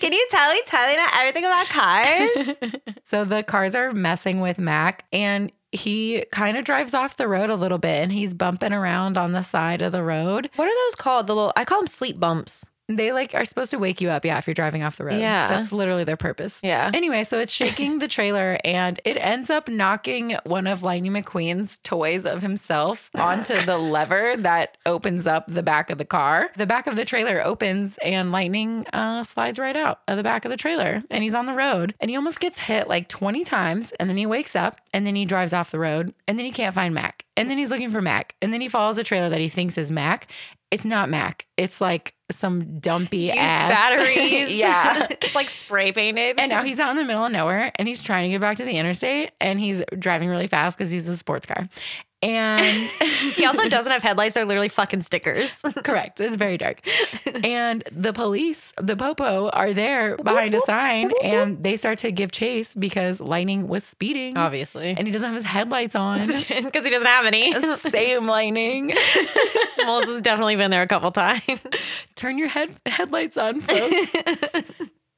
Speaker 2: Can you tell we tell you everything about cars?
Speaker 1: so the cars are messing with Mac and he kind of drives off the road a little bit and he's bumping around on the side of the road.
Speaker 2: what are those called? The little I call them sleep bumps.
Speaker 1: They like are supposed to wake you up, yeah, if you're driving off the road.
Speaker 2: Yeah.
Speaker 1: That's literally their purpose.
Speaker 2: Yeah.
Speaker 1: Anyway, so it's shaking the trailer and it ends up knocking one of Lightning McQueen's toys of himself onto the lever that opens up the back of the car. The back of the trailer opens and Lightning uh, slides right out of the back of the trailer and he's on the road and he almost gets hit like 20 times and then he wakes up and then he drives off the road and then he can't find Mac and then he's looking for Mac and then he follows a trailer that he thinks is Mac. It's not Mac. It's like some dumpy
Speaker 2: Used
Speaker 1: ass
Speaker 2: batteries.
Speaker 1: yeah.
Speaker 2: it's like spray painted.
Speaker 1: And now he's out in the middle of nowhere and he's trying to get back to the interstate and he's driving really fast because he's a sports car. And
Speaker 2: he also doesn't have headlights. They're literally fucking stickers.
Speaker 1: correct, it's very dark. And the police, the Popo, are there behind a sign and they start to give chase because Lightning was speeding
Speaker 2: Oh. Obviously.
Speaker 1: and he doesn't have his headlights on.
Speaker 2: Because he doesn't have any.
Speaker 1: Same Lightning.
Speaker 2: Melissa's definitely been there a couple times.
Speaker 1: Turn your head headlights on, folks.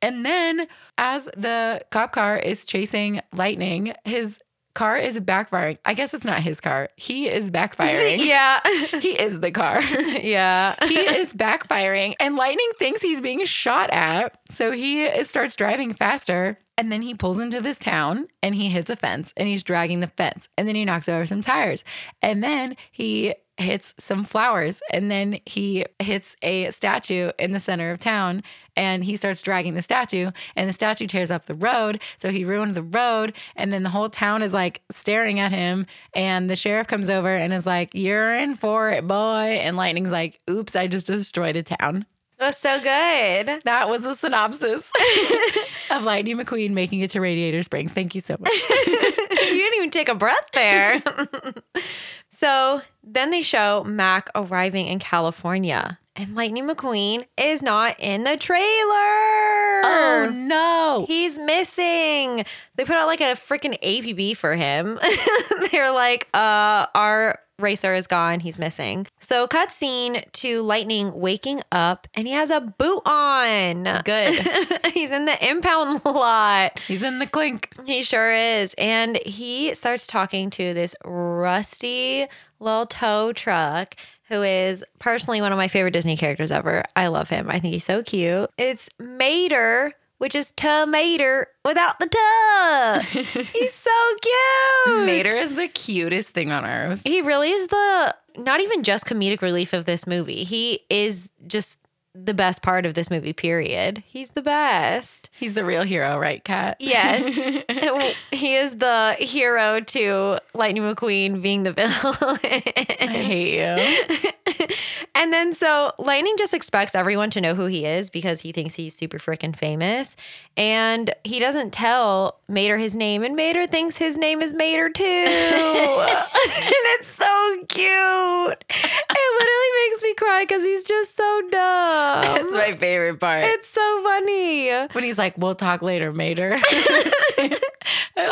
Speaker 1: And then, as the cop car is chasing Lightning, his car is backfiring. I guess it's not his car. He is backfiring.
Speaker 2: yeah.
Speaker 1: He is the car.
Speaker 2: yeah.
Speaker 1: He is backfiring, and Lightning thinks he's being shot at. So he is- starts driving faster. And then he pulls into this town and he hits a fence and he's dragging the fence. And then he knocks over some tires. And then he hits some flowers. And then he hits a statue in the center of town and he starts dragging the statue. And the statue tears up the road. So he ruined the road. And then the whole town is like staring at him. And the sheriff comes over and is like, You're in for it, boy. And Lightning's like, Oops, I just destroyed a town.
Speaker 2: That's so good.
Speaker 1: That was a synopsis of Lightning McQueen making it to Radiator Springs. Thank you so much.
Speaker 2: you didn't even take a breath there. so then they show Mac arriving in California, and Lightning McQueen is not in the trailer.
Speaker 1: oh no.
Speaker 2: He's missing. They put out like a freaking APB for him. They're like, uh, our racer is gone. He's missing. So, cutscene to Lightning waking up and he has a boot on.
Speaker 1: Good.
Speaker 2: He's in the impound lot.
Speaker 1: He's in the clink.
Speaker 2: He sure is. And he starts talking to this rusty little tow truck who is personally one of my favorite Disney characters ever. I love him. I think he's so cute. It's Mater, which is Tomater without the tuh. he's so cute.
Speaker 1: Mater is the cutest thing on earth.
Speaker 2: He really is the not even just comedic relief of this movie. He is just the best part of this movie, period. He's the best.
Speaker 1: He's the real hero, right, Kat?
Speaker 2: Yes. he is the hero to Lightning McQueen being the
Speaker 1: I
Speaker 2: villain.
Speaker 1: hate you.
Speaker 2: and then so Lightning just expects everyone to know who he is because he thinks he's super freaking famous. And he doesn't tell Mater his name, and Mater thinks his name is Mater too. and it's so cute. It literally makes me cry because he's just so dumb.
Speaker 1: That's my favorite part.
Speaker 2: It's so funny.
Speaker 1: when he's like, we'll talk later, Mater. it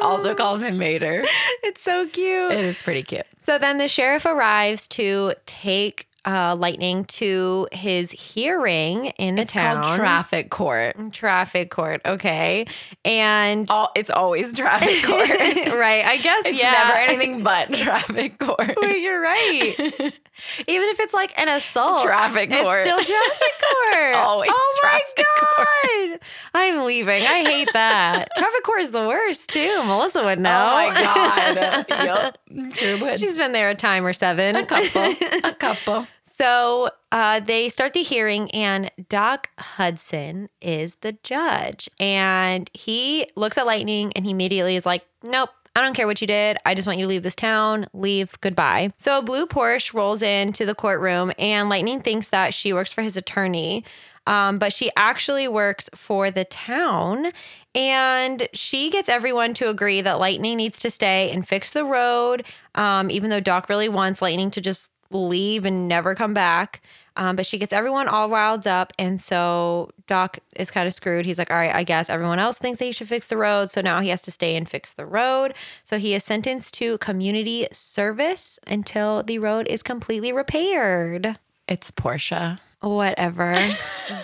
Speaker 1: also calls him Mater.
Speaker 2: It's so cute.
Speaker 1: And it's pretty cute.
Speaker 2: So then the sheriff arrives to take uh, Lightning to his hearing in the
Speaker 1: It's
Speaker 2: town.
Speaker 1: called Traffic Court.
Speaker 2: traffic court. Okay. And
Speaker 1: All, it's always Traffic Court. it's
Speaker 2: right. I guess, yeah.
Speaker 1: never anything but Traffic Court.
Speaker 2: Wait, you're right. Even if it's like an assault,
Speaker 1: Traffic
Speaker 2: it's
Speaker 1: court.
Speaker 2: still traffic court.
Speaker 1: Always
Speaker 2: oh my
Speaker 1: traffic
Speaker 2: god! I'm leaving. I hate that. traffic court is the worst too. Melissa would know.
Speaker 1: Oh my God. yep. Sure would.
Speaker 2: She's been there a time or seven.
Speaker 1: a couple. A couple.
Speaker 2: So uh, they start the hearing, and Doc Hudson is the judge. And he looks at Lightning and he immediately is like, Nope, I don't care what you did. I just want you to leave this town. Leave. Goodbye. So a blue Porsche rolls into the courtroom, and Lightning thinks that she works for his attorney. Um, but she actually works for the town. And she gets everyone to agree that Lightning needs to stay and fix the road, um, even though Doc really wants Lightning to just leave and never come back. Um, but she gets everyone all riled up. And so Doc is kind of screwed. He's like, all right, I guess everyone else thinks that he should fix the road. So now he has to stay and fix the road. So he is sentenced to community service until the road is completely repaired.
Speaker 1: It's Portia.
Speaker 2: Whatever.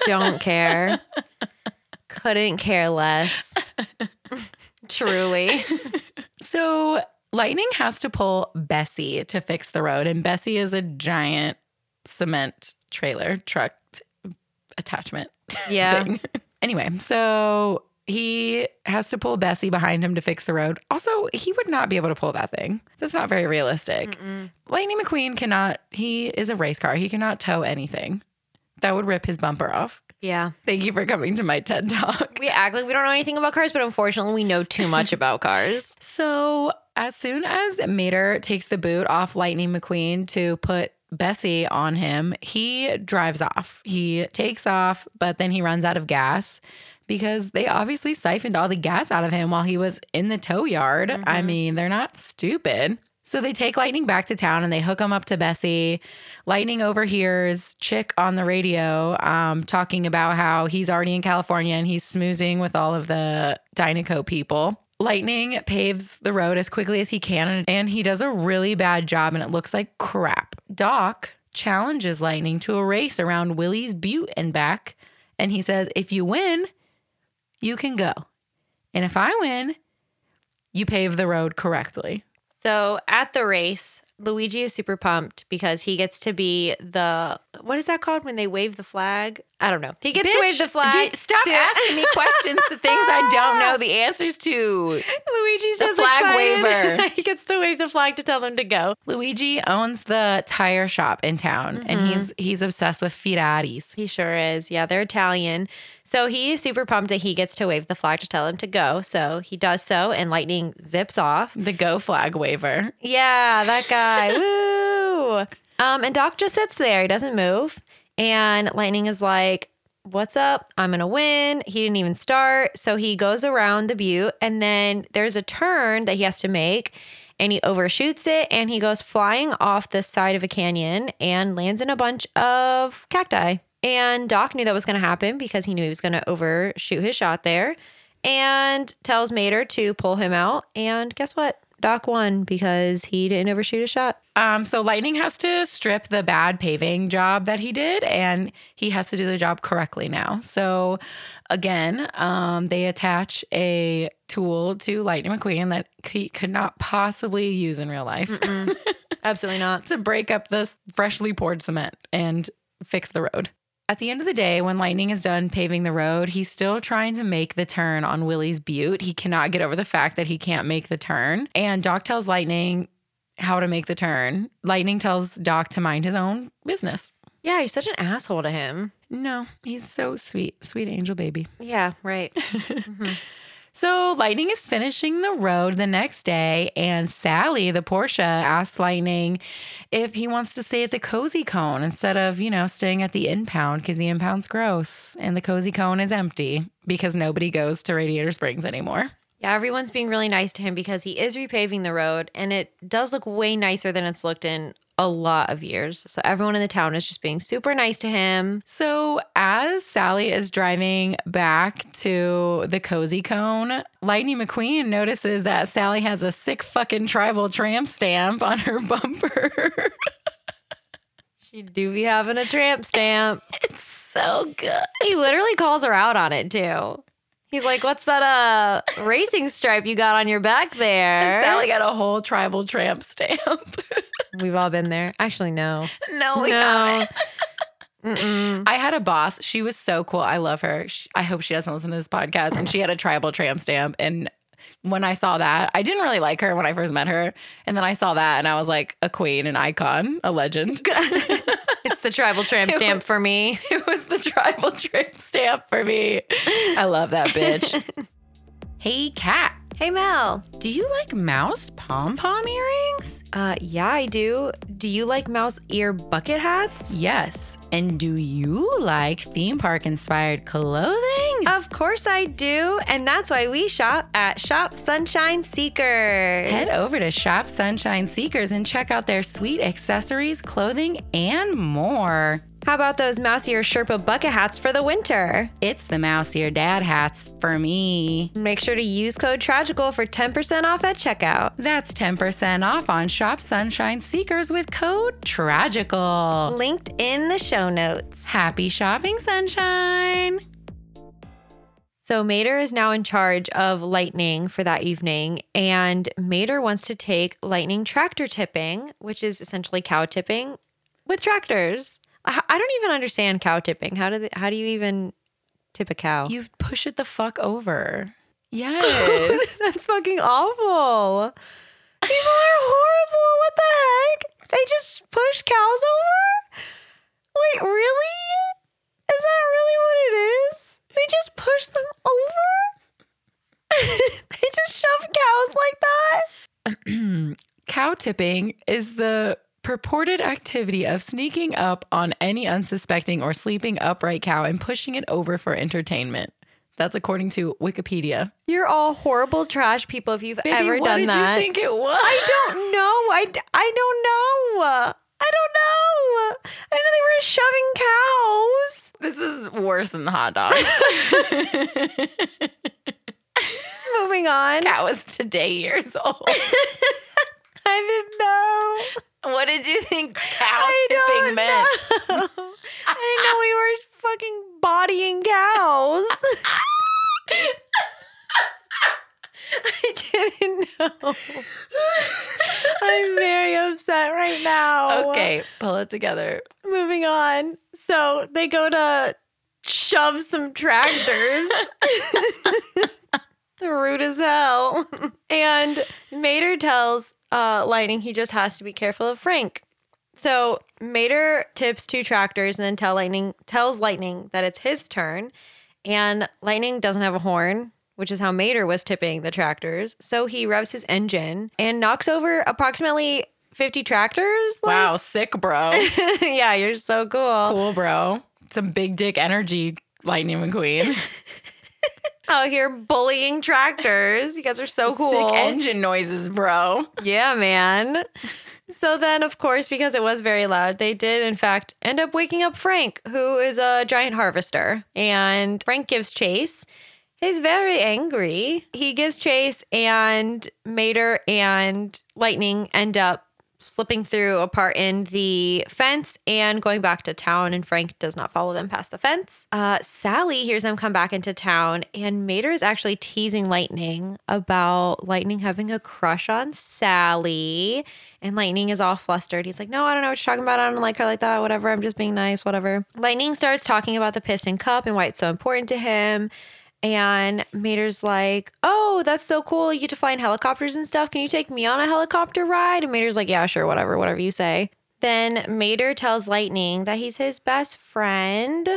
Speaker 2: Don't care. Couldn't care less. Truly.
Speaker 1: So Lightning has to pull Bessie to fix the road, and Bessie is a giant cement trailer truck t- attachment
Speaker 2: Yeah.
Speaker 1: thing. Anyway, so he has to pull Bessie behind him to fix the road. Also, he would not be able to pull that thing. That's not very realistic.
Speaker 2: Mm-mm.
Speaker 1: Lightning McQueen cannot, he is a race car. He cannot tow anything. That would rip his bumper off.
Speaker 2: Yeah.
Speaker 1: Thank you for coming to my TED Talk.
Speaker 2: We act like we don't know anything about cars, but unfortunately, we know too much about cars.
Speaker 1: So as soon as Mater takes the boot off Lightning McQueen to put Bessie on him, he drives off. He takes off, but then he runs out of gas because they obviously siphoned all the gas out of him while he was in the tow yard. I
Speaker 2: Mhm.
Speaker 1: mean, they're not stupid. So they take Lightning back to town and they hook him up to Bessie. Lightning overhears Chick on the radio um, talking about how he's already in California and he's smoozing with all of the Dynaco people. Lightning paves the road as quickly as he can, and, and he does a really bad job, and it looks like crap. Doc challenges Lightning to a race around Willie's Butte and back, and he says, If you win, you can go. And if I win, you pave the road correctly.
Speaker 2: So at the race, Luigi is super pumped because he gets to be the what is that called when they wave the flag? I don't know. He gets to wave
Speaker 1: Bitch,
Speaker 2: the flag.
Speaker 1: dude, stop
Speaker 2: to-
Speaker 1: asking me questions to things I don't know the answers to.
Speaker 2: Luigi's
Speaker 1: The
Speaker 2: just
Speaker 1: flag
Speaker 2: excited.
Speaker 1: waver.
Speaker 2: he gets to wave the flag to tell them to go.
Speaker 1: Luigi owns the tire shop in town, and
Speaker 2: Mhm.
Speaker 1: he's he's obsessed with Ferraris.
Speaker 2: He sure is. Yeah, they're Italian. So he is super pumped that he gets to wave the flag to tell them to go. So he does so, and lightning zips off.
Speaker 1: The go flag waver.
Speaker 2: Yeah, that guy. Woo! Um, and Doc just sits there. He doesn't move. And Lightning is like, what's up? I'm going to win. He didn't even start. So he goes around the butte and then there's a turn that he has to make and he overshoots it and he goes flying off the side of a canyon and lands in a bunch of cacti. And Doc knew that was going to happen because he knew he was going to overshoot his shot there and tells Mater to pull him out. And guess what? Doc won because he didn't overshoot his shot.
Speaker 1: Um, so Lightning has to strip the bad paving job that he did, and he has to do the job correctly now. So again, um, they attach a tool to Lightning McQueen that he could not possibly use in real life
Speaker 2: Mm. Absolutely not.
Speaker 1: to break up this freshly poured cement and fix the road. At the end of the day, when Lightning is done paving the road, he's still trying to make the turn on Willie's Butte. He cannot get over the fact that he can't make the turn. And Doc tells Lightning how to make the turn. Lightning tells Doc to mind his own business.
Speaker 2: Yeah, he's such an asshole to him.
Speaker 1: No, he's so sweet, sweet angel baby.
Speaker 2: Yeah, right. Mm-hmm.
Speaker 1: So Lightning is finishing the road the next day, and Sally, the Porsche, asks Lightning if he wants to stay at the cozy cone instead of, you know, staying at the impound because the impound's gross and the cozy cone is empty because nobody goes to Radiator Springs anymore.
Speaker 2: Yeah, everyone's being really nice to him because he is repaving the road and it does look way nicer than it's looked in a lot of years. So everyone in the town is just being super nice to him.
Speaker 1: So as Sally is driving back to the cozy cone, Lightning McQueen notices that Sally has a sick fucking tribal tramp stamp on her bumper.
Speaker 2: She do be having a tramp stamp.
Speaker 1: it's so good.
Speaker 2: he literally calls her out on it too. He's like, "What's that uh racing stripe you got on your back there?"
Speaker 1: Sally got a whole tribal tramp stamp.
Speaker 2: We've all been there. Actually, no.
Speaker 1: no, Oh, we
Speaker 2: no.
Speaker 1: haven't.
Speaker 2: Mm-mm.
Speaker 1: I had a boss. She was so cool. I love her. She, I hope she doesn't listen to this podcast. And she had a tribal tramp stamp. And when I saw that, I didn't really like her when I first met her. And then I saw that and I was like a queen, an icon, a legend.
Speaker 2: It's the tribal tramp stamp for me.
Speaker 1: it was the tribal tramp stamp for me. I love that bitch. hey, Kat,
Speaker 2: Hey Mel.
Speaker 1: do you like mouse pom pom earrings?
Speaker 2: Uh yeah, I do. Do you like mouse ear bucket hats?
Speaker 1: Yes. And do you like theme park inspired clothing?
Speaker 2: Of course I do, and that's why we shop at Shop Sunshine Seekers.
Speaker 1: Head over to Shop Sunshine Seekers and check out their sweet accessories, clothing, and more.
Speaker 2: How about those mouse ear Sherpa bucket hats for the winter?
Speaker 1: It's the mouse ear dad hats for me.
Speaker 2: Make sure to use code TRAGICAL for 10% off at checkout.
Speaker 1: That's 10% off on Shop Sunshine Seekers with code TRAGICAL.
Speaker 2: Linked in the show notes.
Speaker 1: Happy shopping, sunshine!
Speaker 2: So Mater is now in charge of Lightning for that evening, and Mater wants to take Lightning tractor tipping, which is essentially cow tipping with tractors. I I don't even understand cow tipping. How do they, how do you even tip a cow?
Speaker 1: You push it the fuck over. Yes.
Speaker 2: That's fucking awful. People are horrible. What the heck? They just push cows over? Wait, really? Is that really what it is? They just push them over? they just shove cows like that?
Speaker 1: Cow tipping is the purported activity of sneaking up on any unsuspecting or sleeping upright cow and pushing it over for entertainment. That's according to Wikipedia.
Speaker 2: You're all horrible trash people if you've ever
Speaker 1: what
Speaker 2: done
Speaker 1: did
Speaker 2: that.
Speaker 1: you think it was?
Speaker 2: I don't know. I, d- I don't know. I don't know. I didn't
Speaker 1: This
Speaker 2: know they were shoving cows.
Speaker 1: is worse than the hot dogs.
Speaker 2: Moving on.
Speaker 1: Cat was today years old.
Speaker 2: I didn't know.
Speaker 1: What did you think cow
Speaker 2: I
Speaker 1: tipping
Speaker 2: don't
Speaker 1: meant?
Speaker 2: know. I didn't know we were fucking bodying cows. I didn't know. I'm very upset right now.
Speaker 1: Okay, pull it together.
Speaker 2: Moving on. So they go to shove some tractors. Rude as hell. And Mater tells uh, Lightning he just has to be careful of Frank. So Mater tips two tractors and then tell Lightning tells Lightning that it's his turn. And Lightning doesn't have a horn, which is how Mater was tipping the tractors. So he revs his engine and knocks over approximately 50 tractors. like,
Speaker 1: Wow, sick, bro.
Speaker 2: yeah, you're so cool.
Speaker 1: Cool, bro. Some big dick energy Lightning McQueen.
Speaker 2: out here bullying tractors. You guys are so cool.
Speaker 1: Sick engine noises, bro.
Speaker 2: yeah, man. So then, of course, because it was very loud, they did, in fact, end up waking up Frank, who is a giant harvester. And Frank gives chase. He's very angry. He gives chase, and Mater and Lightning end up slipping through a part in the fence and going back to town. And Frank does not follow them past the fence. Uh, Sally hears them come back into town, and Mater is actually teasing Lightning about Lightning having a crush on Sally. And Lightning is all flustered. He's like, No, I don't know what you're talking about. I don't like her like that. Whatever. I'm just being nice. Whatever. Lightning starts talking about the piston cup and why it's so important to him. And Mater's like, Oh, that's so cool. You get to fly in helicopters and stuff. Can you take me on a helicopter ride? And Mater's like, Yeah, sure, whatever, whatever you say. Then Mater tells Lightning that he's his best friend.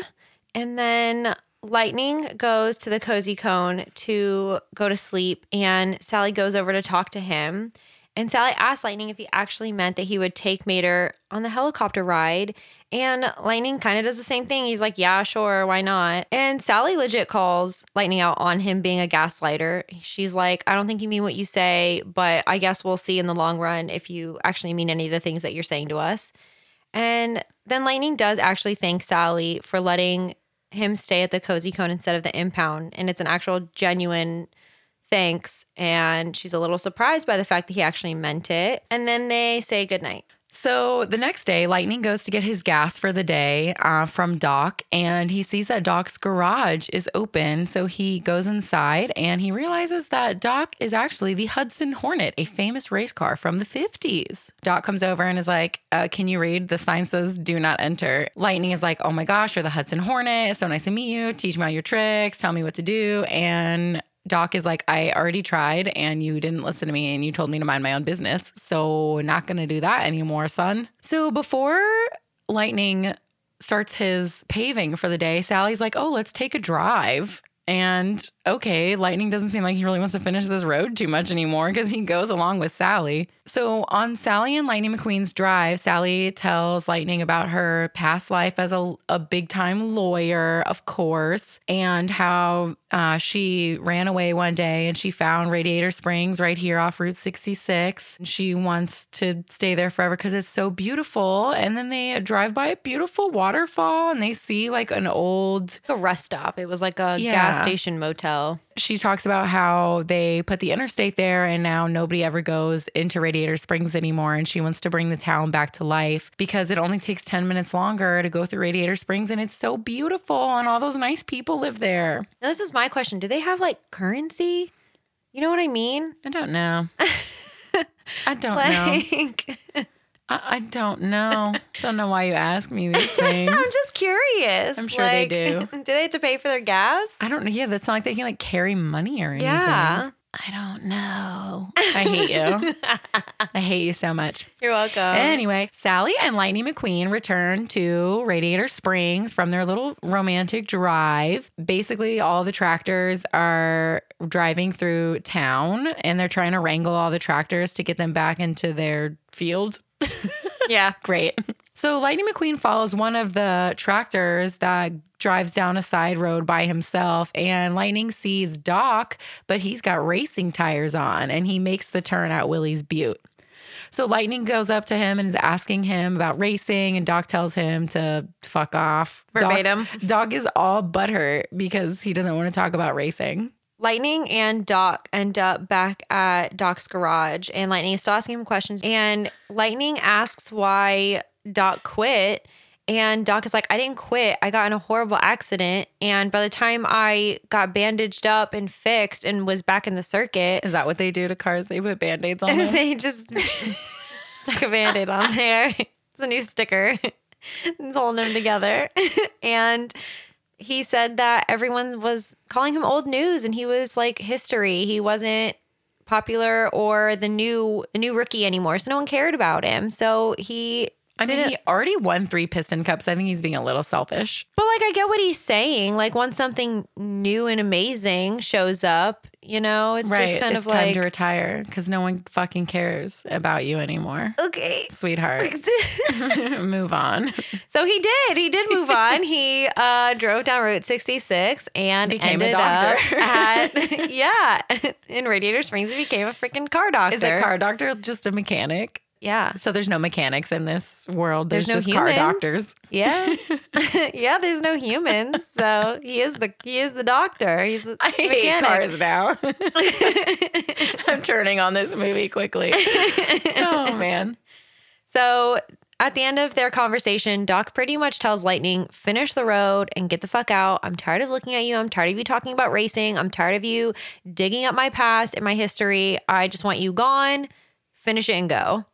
Speaker 2: And then Lightning goes to the cozy cone to go to sleep. And Sally goes over to talk to him. And Sally asks Lightning if he actually meant that he would take Mater on the helicopter ride. And Lightning kind of does the same thing. He's like, yeah, sure, why not? And Sally legit calls Lightning out on him being a gaslighter. She's like, I don't think you mean what you say, but I guess we'll see in the long run if you actually mean any of the things that you're saying to us. And then Lightning does actually thank Sally for letting him stay at the cozy cone instead of the impound. And it's an actual genuine thanks. And she's a little surprised by the fact that he actually meant it. And then they say goodnight.
Speaker 1: So the next day, Lightning goes to get his gas for the day uh, from Doc, and he sees that Doc's garage is open. So he goes inside and he realizes that Doc is actually the Hudson Hornet, a famous race car from the 50s. Doc comes over and is like, uh, Can you read? The sign says, Do not enter. Lightning is like, Oh my gosh, you're the Hudson Hornet. It's so nice to meet you. Teach me all your tricks. Tell me what to do. And Doc is like, I already tried and you didn't listen to me and you told me to mind my own business. So, not going to do that anymore, son. So, before Lightning starts his paving for the day, Sally's like, Oh, let's take a drive. And okay, Lightning doesn't seem like he really wants to finish this road too much anymore because he goes along with Sally. So, on Sally and Lightning McQueen's drive, Sally tells Lightning about her past life as a, a big time lawyer, of course, and how uh, she ran away one day and she found Radiator Springs right here off Route 66. And she wants to stay there forever because it's so beautiful. And then they drive by a beautiful waterfall and they see like an old
Speaker 2: a rest stop. It was like a
Speaker 1: Yeah.
Speaker 2: gas station motel.
Speaker 1: she talks about how they put the interstate there and now nobody ever goes into Radiator Springs anymore. And she wants to bring the town back to life because it only takes 10 minutes longer to go through Radiator Springs and it's so beautiful and all those nice people live there.
Speaker 2: Now, this is my question. Do they have like currency? You know what I mean?
Speaker 1: I don't know. I don't know.
Speaker 2: Like,
Speaker 1: I, I don't know. Don't know why you ask me these things.
Speaker 2: I'm just curious.
Speaker 1: I'm sure they
Speaker 2: Like,
Speaker 1: do.
Speaker 2: Do they have to pay for their gas?
Speaker 1: I don't know. Yeah, that's not like they can like carry money or anything.
Speaker 2: Yeah.
Speaker 1: I don't know. I hate you. I hate you so much.
Speaker 2: You're welcome.
Speaker 1: Anyway, Sally and Lightning McQueen return to Radiator Springs from their little romantic drive. Basically, all the tractors are driving through town and they're trying to wrangle all the tractors to get them back into their field.
Speaker 2: yeah.
Speaker 1: Great. So Lightning McQueen follows one of the tractors that drives down a side road by himself and Lightning sees Doc, but he's got racing tires on and he makes the turn at Willie's Butte. So Lightning goes up to him and is asking him about racing and Doc tells him to fuck off. Doc-
Speaker 2: Verbatim.
Speaker 1: Doc is all butthurt because he doesn't want to talk about racing.
Speaker 2: Lightning and Doc end up back at Doc's garage, and Lightning is still asking him questions. And Lightning asks why Doc quit. And Doc is like, I didn't quit. I got in a horrible accident. And by the time I got bandaged up and fixed and was back in the circuit,
Speaker 1: Is that what they do to cars? They put band-aids on them.
Speaker 2: they just stuck a band-aid on there. It's a new sticker. It's holding them together. and he said that everyone was calling him old news and he was like history. He wasn't popular or the new the new rookie anymore. So no one cared about him. So he
Speaker 1: I mean,
Speaker 2: Didn't-
Speaker 1: he already won three Piston Cups. I think he's being a little selfish.
Speaker 2: But like I get what he's saying. Like once something new and amazing shows up, you know, it's just kind
Speaker 1: it's
Speaker 2: of
Speaker 1: time
Speaker 2: like
Speaker 1: to retire because no one fucking cares about you anymore,
Speaker 2: okay.
Speaker 1: sweetheart. Move on.
Speaker 2: so he did. He did move on. He uh, drove down Route 66 and
Speaker 1: Became a
Speaker 2: ended
Speaker 1: doctor.
Speaker 2: up at yeah in Radiator Springs. He became a freaking car doctor.
Speaker 1: Is a car doctor just a mechanic?
Speaker 2: Yeah,
Speaker 1: So there's no mechanics in this world. There's,
Speaker 2: There's no
Speaker 1: just car
Speaker 2: humans.
Speaker 1: doctors.
Speaker 2: yeah, yeah. There's no humans, so he is the he is the doctor. He's a
Speaker 1: I hate
Speaker 2: mechanic.
Speaker 1: cars now. I'm turning on this movie quickly. oh man.
Speaker 2: So at the end of their conversation, Doc pretty much tells Lightning, finish the road and get the fuck out. I'm tired of looking at you. I'm tired of you talking about racing. I'm tired of you digging up my past and my history. I just want you gone. Finish it and go.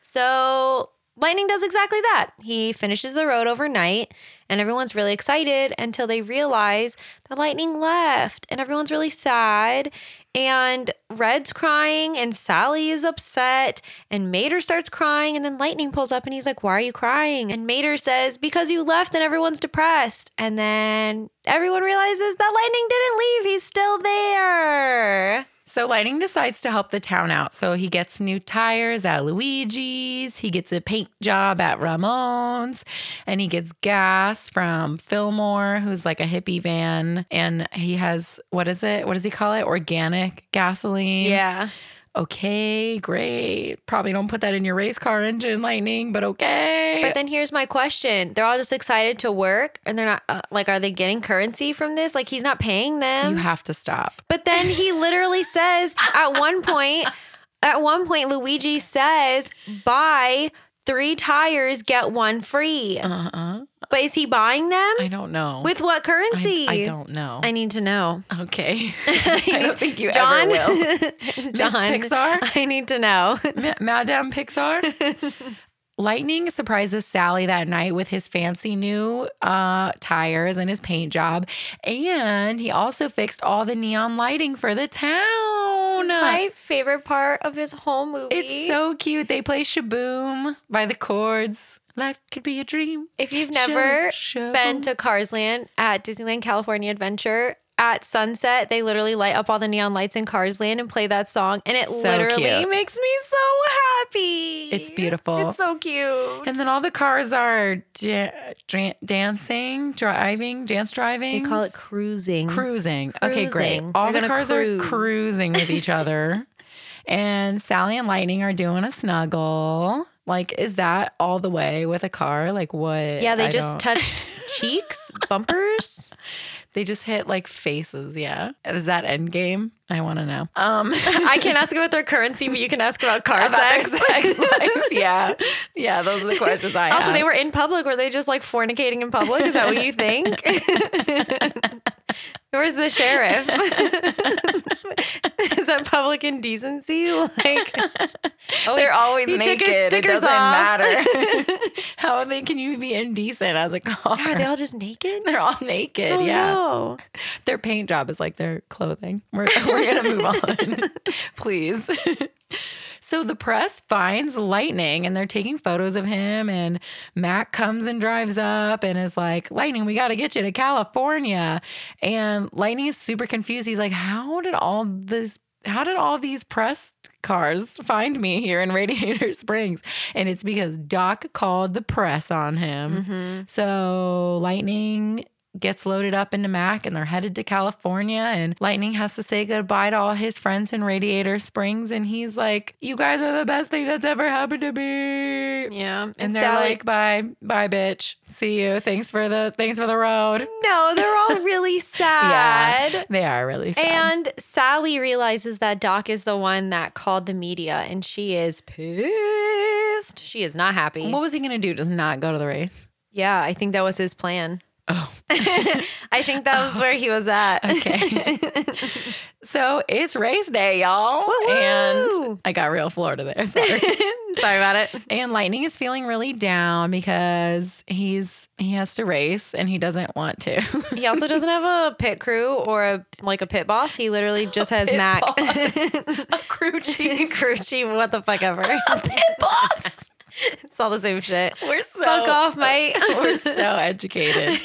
Speaker 2: So Lightning does exactly that. He finishes the road overnight and everyone's really excited until they realize that Lightning left and everyone's really sad. And Red's crying and Sally is upset and Mater starts crying and then Lightning pulls up and he's like, "Why are you crying?" And Mater says, "Because you left and everyone's depressed." And then everyone realizes that Lightning didn't leave. He's still there.
Speaker 1: So Lightning decides to help the town out. So he gets new tires at Luigi's, he gets a paint job at Ramon's, and he gets gas from Fillmore, who's like a hippie van. And he has, what is it? What does he call it? Organic gasoline. Okay, great. Probably don't put that in your race car engine, Lightning, but okay.
Speaker 2: But then here's my question. They're all just excited to work and they're not uh, like are they getting currency from this? Like he's not paying them.
Speaker 1: you have to stop.
Speaker 2: But then he literally says at one point, at one point, Luigi says, buy three tires, get one free.
Speaker 1: Uh huh.
Speaker 2: But is he buying them?
Speaker 1: I don't know.
Speaker 2: With what
Speaker 1: I,
Speaker 2: currency?
Speaker 1: I don't know.
Speaker 2: I need to know.
Speaker 1: okay. I don't think you
Speaker 2: John,
Speaker 1: ever will.
Speaker 2: John,
Speaker 1: Miss Pixar?
Speaker 2: I need to know.
Speaker 1: Ma- Madame Pixar. Lightning surprises Sally that night with his fancy new uh, tires and his paint job. And he also fixed all the neon lighting for the town.
Speaker 2: My favorite part of this whole movie.
Speaker 1: Oh, It's so cute. They play Shaboom by the chords. Life could be a dream.
Speaker 2: If you've never
Speaker 1: Shaboom.
Speaker 2: been to Cars Land at Disneyland California Adventure at sunset, they literally light up all the neon lights in Cars Land and play that song, and it
Speaker 1: So
Speaker 2: literally
Speaker 1: cute.
Speaker 2: makes me so happy.
Speaker 1: It's beautiful.
Speaker 2: It's so cute.
Speaker 1: And then all the cars are da- dra- dancing, driving, dance driving.
Speaker 2: it cruising.
Speaker 1: Cruising. Okay, great.
Speaker 2: Cruising.
Speaker 1: All
Speaker 2: They're
Speaker 1: the
Speaker 2: gonna
Speaker 1: cars
Speaker 2: cruise.
Speaker 1: are cruising with each other. and Sally and Lightning are doing a snuggle. Like, is that all the way with a car? Like, what?
Speaker 2: yeah, they
Speaker 1: I don't-
Speaker 2: just touched cheeks, bumpers.
Speaker 1: they just hit like faces. Yeah, is that end game? I want to know. Um,
Speaker 2: I can't ask about their currency, but you can ask about car
Speaker 1: about their
Speaker 2: sex.
Speaker 1: sex life. yeah, yeah. Those are the questions I
Speaker 2: Also,
Speaker 1: have.
Speaker 2: they were in public. Were they just like fornicating in public? Is that what you think? Where's the sheriff? Is that public indecency? Like, oh,
Speaker 1: They're always
Speaker 2: he
Speaker 1: naked.
Speaker 2: took his
Speaker 1: it
Speaker 2: stickers
Speaker 1: doesn't
Speaker 2: off.
Speaker 1: matter. How they can you be indecent as a car?
Speaker 2: are they all just naked?
Speaker 1: They're all naked.
Speaker 2: Oh,
Speaker 1: yeah.
Speaker 2: no.
Speaker 1: Their paint job is like their clothing. We're, we're going to move on, please. so the press finds Lightning and they're taking photos of him. And Mac comes and drives up and is like, Lightning, we got to get you to California. And Lightning is super confused. He's like, How did all this? How did all these press cars find me here in Radiator Springs? And it's because Doc called the press on him.
Speaker 2: Mm-hmm.
Speaker 1: So Lightning gets loaded up into Mac and they're headed to California and Lightning has to say goodbye to all his friends in Radiator Springs and he's like, You guys are the best thing that's ever happened to me.
Speaker 2: Yeah. And,
Speaker 1: And they're
Speaker 2: Sally-
Speaker 1: like, Bye, bye bitch. See you. Thanks for the thanks for the road.
Speaker 2: no, they're all really sad.
Speaker 1: They are really sad.
Speaker 2: And Sally realizes that Doc is the one that called the media and she is pissed. She is not happy.
Speaker 1: what was he gonna do? Just not go to the race.
Speaker 2: Yeah, I think that was his plan.
Speaker 1: Oh.
Speaker 2: I think that was where he was at.
Speaker 1: Okay. So it's race day, y'all.
Speaker 2: Woo-woo!
Speaker 1: And I got real Florida there. Sorry.
Speaker 2: Sorry about it.
Speaker 1: And Lightning is feeling really down because he's he has to race and he doesn't want to.
Speaker 2: He also doesn't have a pit crew or a like a pit boss. He literally just has
Speaker 1: pit
Speaker 2: Mac.
Speaker 1: boss. a crew
Speaker 2: crew chief, what the fuck ever.
Speaker 1: pit boss.
Speaker 2: It's It's all the same shit.
Speaker 1: We're so
Speaker 2: Fuck off, mate.
Speaker 1: We're so educated.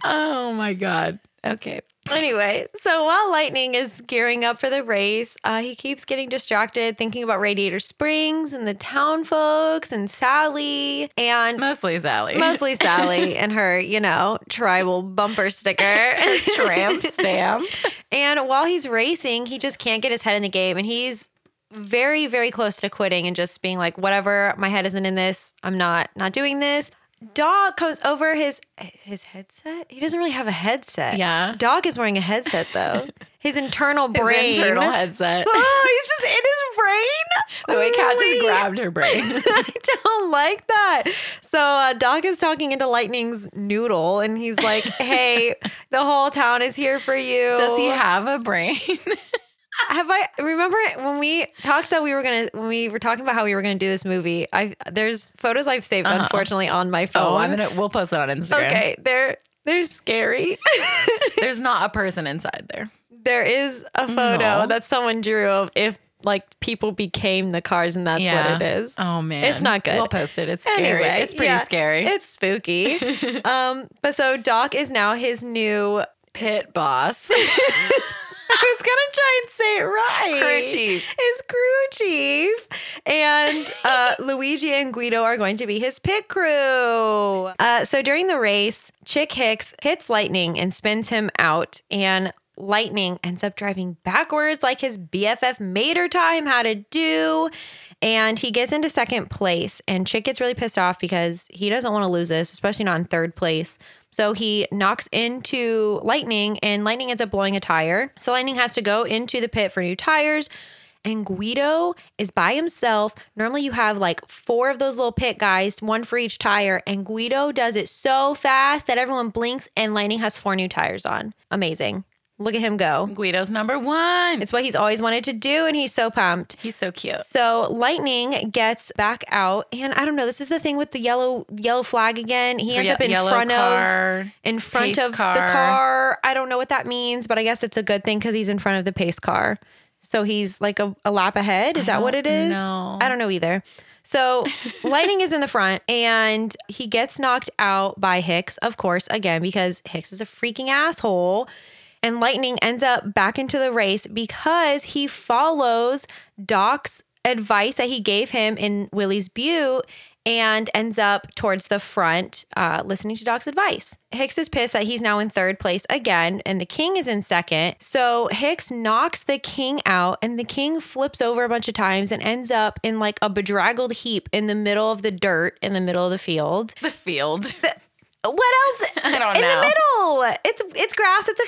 Speaker 1: oh my god. Okay.
Speaker 2: Anyway, so while Lightning is gearing up for the race, uh, he keeps getting distracted thinking about Radiator Springs and the town folks and Sally and
Speaker 1: Mostly Sally.
Speaker 2: mostly Sally and her, you know, tribal bumper sticker.
Speaker 1: tramp stamp.
Speaker 2: And while he's racing, he just can't get his head in the game. And he's very, very close to quitting and just being like, whatever, my head isn't in this. I'm not not doing this. Dog comes over his his headset. He doesn't really have a headset.
Speaker 1: Yeah.
Speaker 2: Dog is wearing a headset though. His internal
Speaker 1: His
Speaker 2: brain.
Speaker 1: internal headset.
Speaker 2: Oh, he's just in his brain.
Speaker 1: The way Kat
Speaker 2: Wait.
Speaker 1: just grabbed her brain.
Speaker 2: I don't like that. So uh, Doc is talking into Lightning's noodle, and he's like, "Hey, the whole town is here for you."
Speaker 1: Does he have a brain?
Speaker 2: Have I remember when we talked that we were gonna when we were talking about how we were gonna do this movie? I there's photos I've saved unfortunately on my phone.
Speaker 1: Uh-huh. Oh, I'm gonna. We'll post it on Instagram.
Speaker 2: okay, they're they're scary.
Speaker 1: There's not a person inside there.
Speaker 2: there is a photo
Speaker 1: No.
Speaker 2: that someone drew of if like people became the cars, and that's
Speaker 1: Yeah.
Speaker 2: what it is.
Speaker 1: Oh man,
Speaker 2: It's not good.
Speaker 1: We'll post it. It's scary.
Speaker 2: Anyway,
Speaker 1: it's pretty
Speaker 2: yeah,
Speaker 1: scary.
Speaker 2: It's spooky. um, but so Doc is now his new.
Speaker 1: Pit boss.
Speaker 2: I was gonna try and say it right.
Speaker 1: Crew chief.
Speaker 2: His crew chief, and uh, Luigi and Guido are going to be his pit crew. Uh, so during the race, Chick Hicks hits Lightning and spins him out, and. Lightning ends up driving backwards like his BFF Mater taught him how to do and he gets into second place and chick gets really pissed off because he doesn't want to lose this especially not in third place so he knocks into lightning and lightning ends up blowing a tire so lightning has to go into the pit for new tires and guido is by himself normally you have like four of those little pit guys one for each tire and guido does it so fast that everyone blinks and lightning has four new tires on amazing look at him go
Speaker 1: Guido's number one.
Speaker 2: it's what he's always wanted to do and he's so pumped
Speaker 1: He's so cute.
Speaker 2: so lightning gets back out, and I don't know. This is the thing with the yellow yellow flag again. He ends
Speaker 1: Ye-
Speaker 2: up in
Speaker 1: yellow
Speaker 2: front of
Speaker 1: car.
Speaker 2: in front
Speaker 1: pace
Speaker 2: of the
Speaker 1: car.
Speaker 2: car. I don't know what that means, but I guess it's a good thing because he's in front of the pace car. So he's like a, a lap ahead. Is
Speaker 1: I
Speaker 2: that what it
Speaker 1: don't
Speaker 2: is?
Speaker 1: know.
Speaker 2: I don't know either. So lightning is in the front, and he gets knocked out by Hicks, of course, again because Hicks is a freaking asshole. And Lightning ends up back into the race because he follows Doc's advice that he gave him in Willie's Butte and ends up towards the front uh, listening to Doc's advice. Hicks is pissed that he's now in third place again, and the king is in second. So Hicks knocks the king out, and the king flips over a bunch of times and ends up in like a bedraggled heap in the middle of the dirt in the middle of the field.
Speaker 1: The field.
Speaker 2: What else?
Speaker 1: I don't
Speaker 2: in
Speaker 1: know.
Speaker 2: the middle. It's it's grass. It's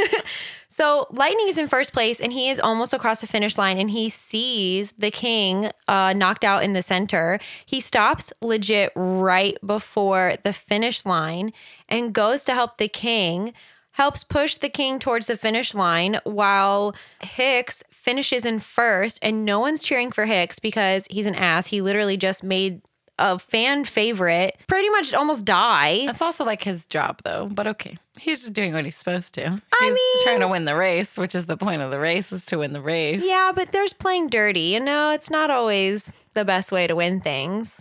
Speaker 2: a field. so Lightning is in first place, and he is almost across the finish line, and he sees the King uh, knocked out in the center. He stops legit right before the finish line and goes to help the King. Helps push the king towards the finish line while Hicks finishes in first, and no one's cheering for Hicks because he's an ass. He literally just made a fan favorite pretty much almost die.
Speaker 1: That's also like his job, though. But okay, he's just doing what he's supposed to. He's
Speaker 2: mean-
Speaker 1: trying to win the race, which is the point of the race is to win the race.
Speaker 2: Yeah, but there's playing dirty. You know, it's not always the best way to win things.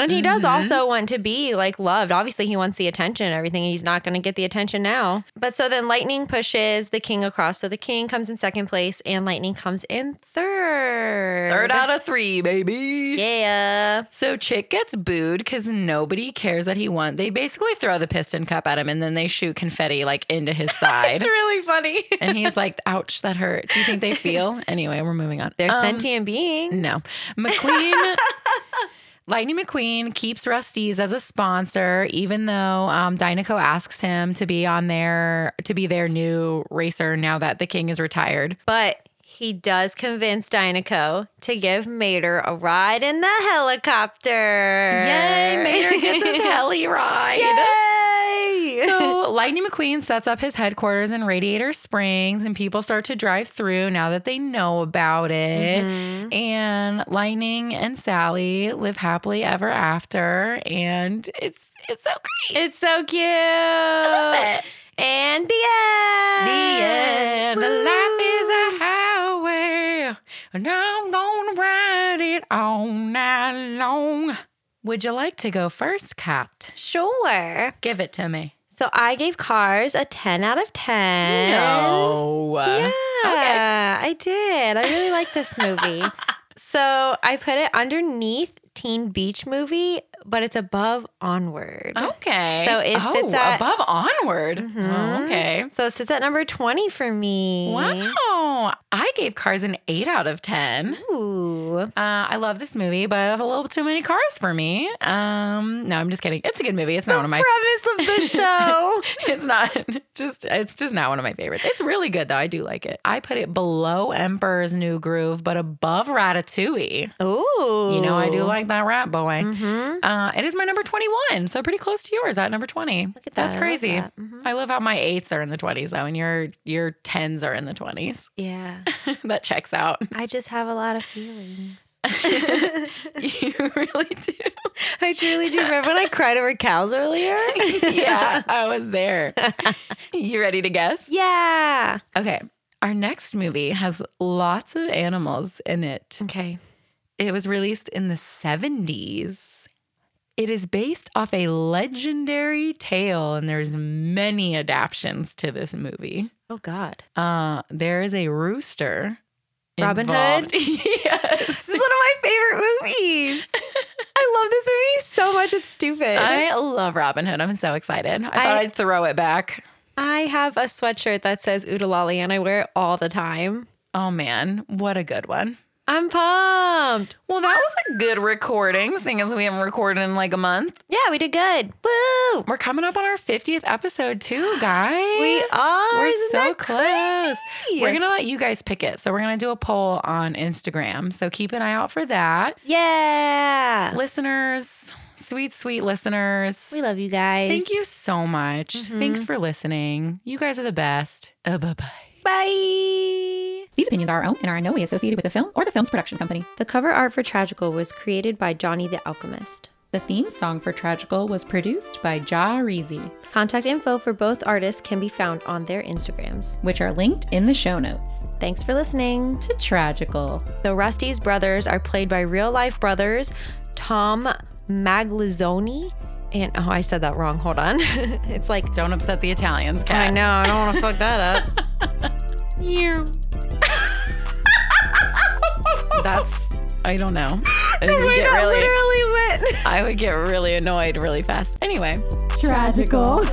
Speaker 2: And he does
Speaker 1: Mm-hmm.
Speaker 2: also want to be like loved. Obviously, he wants the attention and everything. He's not going to get the attention now. But so then Lightning pushes the king across. So the king comes in second place and Lightning comes in third.
Speaker 1: Third out of three, baby.
Speaker 2: Yeah.
Speaker 1: So Chick gets booed because nobody cares that he won. They basically throw the piston cup at him and then they shoot confetti like into his side.
Speaker 2: really funny.
Speaker 1: and he's like, ouch, that hurt. Do you think they feel? Anyway, we're moving on.
Speaker 2: They're
Speaker 1: Um,
Speaker 2: sentient beings.
Speaker 1: No. McQueen. Lightning McQueen keeps Rusty's as a sponsor, even though um, Dynaco asks him to be on their to be their new racer now that the king is retired.
Speaker 2: But he does convince Dynaco to give Mater a ride in the helicopter.
Speaker 1: Yay, Mater gets his heli ride.
Speaker 2: Yay!
Speaker 1: So Lightning McQueen sets up his headquarters in Radiator Springs, and people start to drive through now that they know about it.
Speaker 2: Mm-hmm.
Speaker 1: And Lightning and Sally live happily ever after, and it's it's so great.
Speaker 2: it's so cute.
Speaker 1: love it.
Speaker 2: uh, And the
Speaker 1: The end.
Speaker 2: end. Woo.
Speaker 1: Life is a highway. And I'm gonna ride it all night long. Would you like to go first, Kat?
Speaker 2: Sure.
Speaker 1: Give it to me.
Speaker 2: So I gave Cars a 10 out of 10.
Speaker 1: no.
Speaker 2: Yeah, I did. I really like this movie. so I put it underneath Teen Beach Movie, but it's above Onward.
Speaker 1: Oh. Okay.
Speaker 2: So it
Speaker 1: oh,
Speaker 2: sits at-
Speaker 1: above onward.
Speaker 2: Mhm.
Speaker 1: Oh, okay.
Speaker 2: So it sits at number 20 for me.
Speaker 1: Wow. I gave Cars an eight out of ten.
Speaker 2: Ooh.
Speaker 1: Uh, I love this movie, but I have a little too many cars for me. Um, no, I'm just kidding. It's a good movie. It's not one of my.
Speaker 2: Premise of the show.
Speaker 1: It's not just. It's just not one of my favorites. It's really good though. I do like it. I put it below Emperor's New Groove, but above Ratatouille.
Speaker 2: Ooh.
Speaker 1: You know, I do like that rat boy.
Speaker 2: Mm-hmm.
Speaker 1: Uh, it is my number 21, so pretty close to yours at number 20.
Speaker 2: Look at that.
Speaker 1: That's
Speaker 2: I love
Speaker 1: crazy.
Speaker 2: that. Mhm.
Speaker 1: I love how my eights are in the 20s though, and your your tens are in the 20s.
Speaker 2: Yeah.
Speaker 1: that checks out.
Speaker 2: I just have a lot of feelings.
Speaker 1: you really do.
Speaker 2: I truly do. Remember when I cried over cows earlier?
Speaker 1: yeah, I was there. You ready to guess?
Speaker 2: Yeah.
Speaker 1: Okay. Our next movie has lots of animals in it.
Speaker 2: Okay.
Speaker 1: It was released in the 70s. It is based off a legendary tale and there's many adaptions to this movie.
Speaker 2: Oh God.
Speaker 1: Uh, there is a rooster.
Speaker 2: Robin
Speaker 1: involved. yes.
Speaker 2: This is one of my favorite movies. I love this movie so much. It's stupid. I,
Speaker 1: I love Robin Hood. I'm so excited. I,
Speaker 2: I-
Speaker 1: thought I'd throw it back.
Speaker 2: have a sweatshirt that says Oodalali and I wear it all the time.
Speaker 1: Oh man, what a good one.
Speaker 2: I'm pumped.
Speaker 1: Well, that was a good recording, seeing as we haven't recorded in like a month.
Speaker 2: Yeah, we did good. Woo!
Speaker 1: We're coming up on our 50th episode too, guys.
Speaker 2: We are.
Speaker 1: We're
Speaker 2: Isn't
Speaker 1: so
Speaker 2: that
Speaker 1: close.
Speaker 2: crazy?
Speaker 1: We're gonna let you guys pick it. So we're gonna do a poll on Instagram. So keep an eye out for that.
Speaker 2: Yeah.
Speaker 1: Listeners, sweet, sweet listeners.
Speaker 2: We love you guys.
Speaker 1: Thank you so much.
Speaker 2: Mm-hmm.
Speaker 1: Thanks for listening. You guys are the best. Uh, bye bye.
Speaker 2: Bye.
Speaker 3: These opinions are our own and are in no way associated with the film or the film's production company.
Speaker 2: The cover art for Tragical was created by Johnny the Alchemist.
Speaker 3: The theme song for Tragical was produced by Ja Reezy,
Speaker 2: Contact info for both artists can be found on their Instagrams.
Speaker 3: which are linked in the show notes.
Speaker 2: Thanks for listening.
Speaker 3: To Tragical,
Speaker 2: The Rusty's brothers are played by real life brothers Tom Maglizzoni and oh, I said that wrong. Hold on. it's like
Speaker 1: Don't upset the Italians,
Speaker 2: I
Speaker 1: Kat.
Speaker 2: know I don't want to fuck that up.
Speaker 1: You. That's I don't know. I would get really
Speaker 2: Oh literally went.
Speaker 1: I would get really annoyed really fast. Anyway.
Speaker 3: Tragical.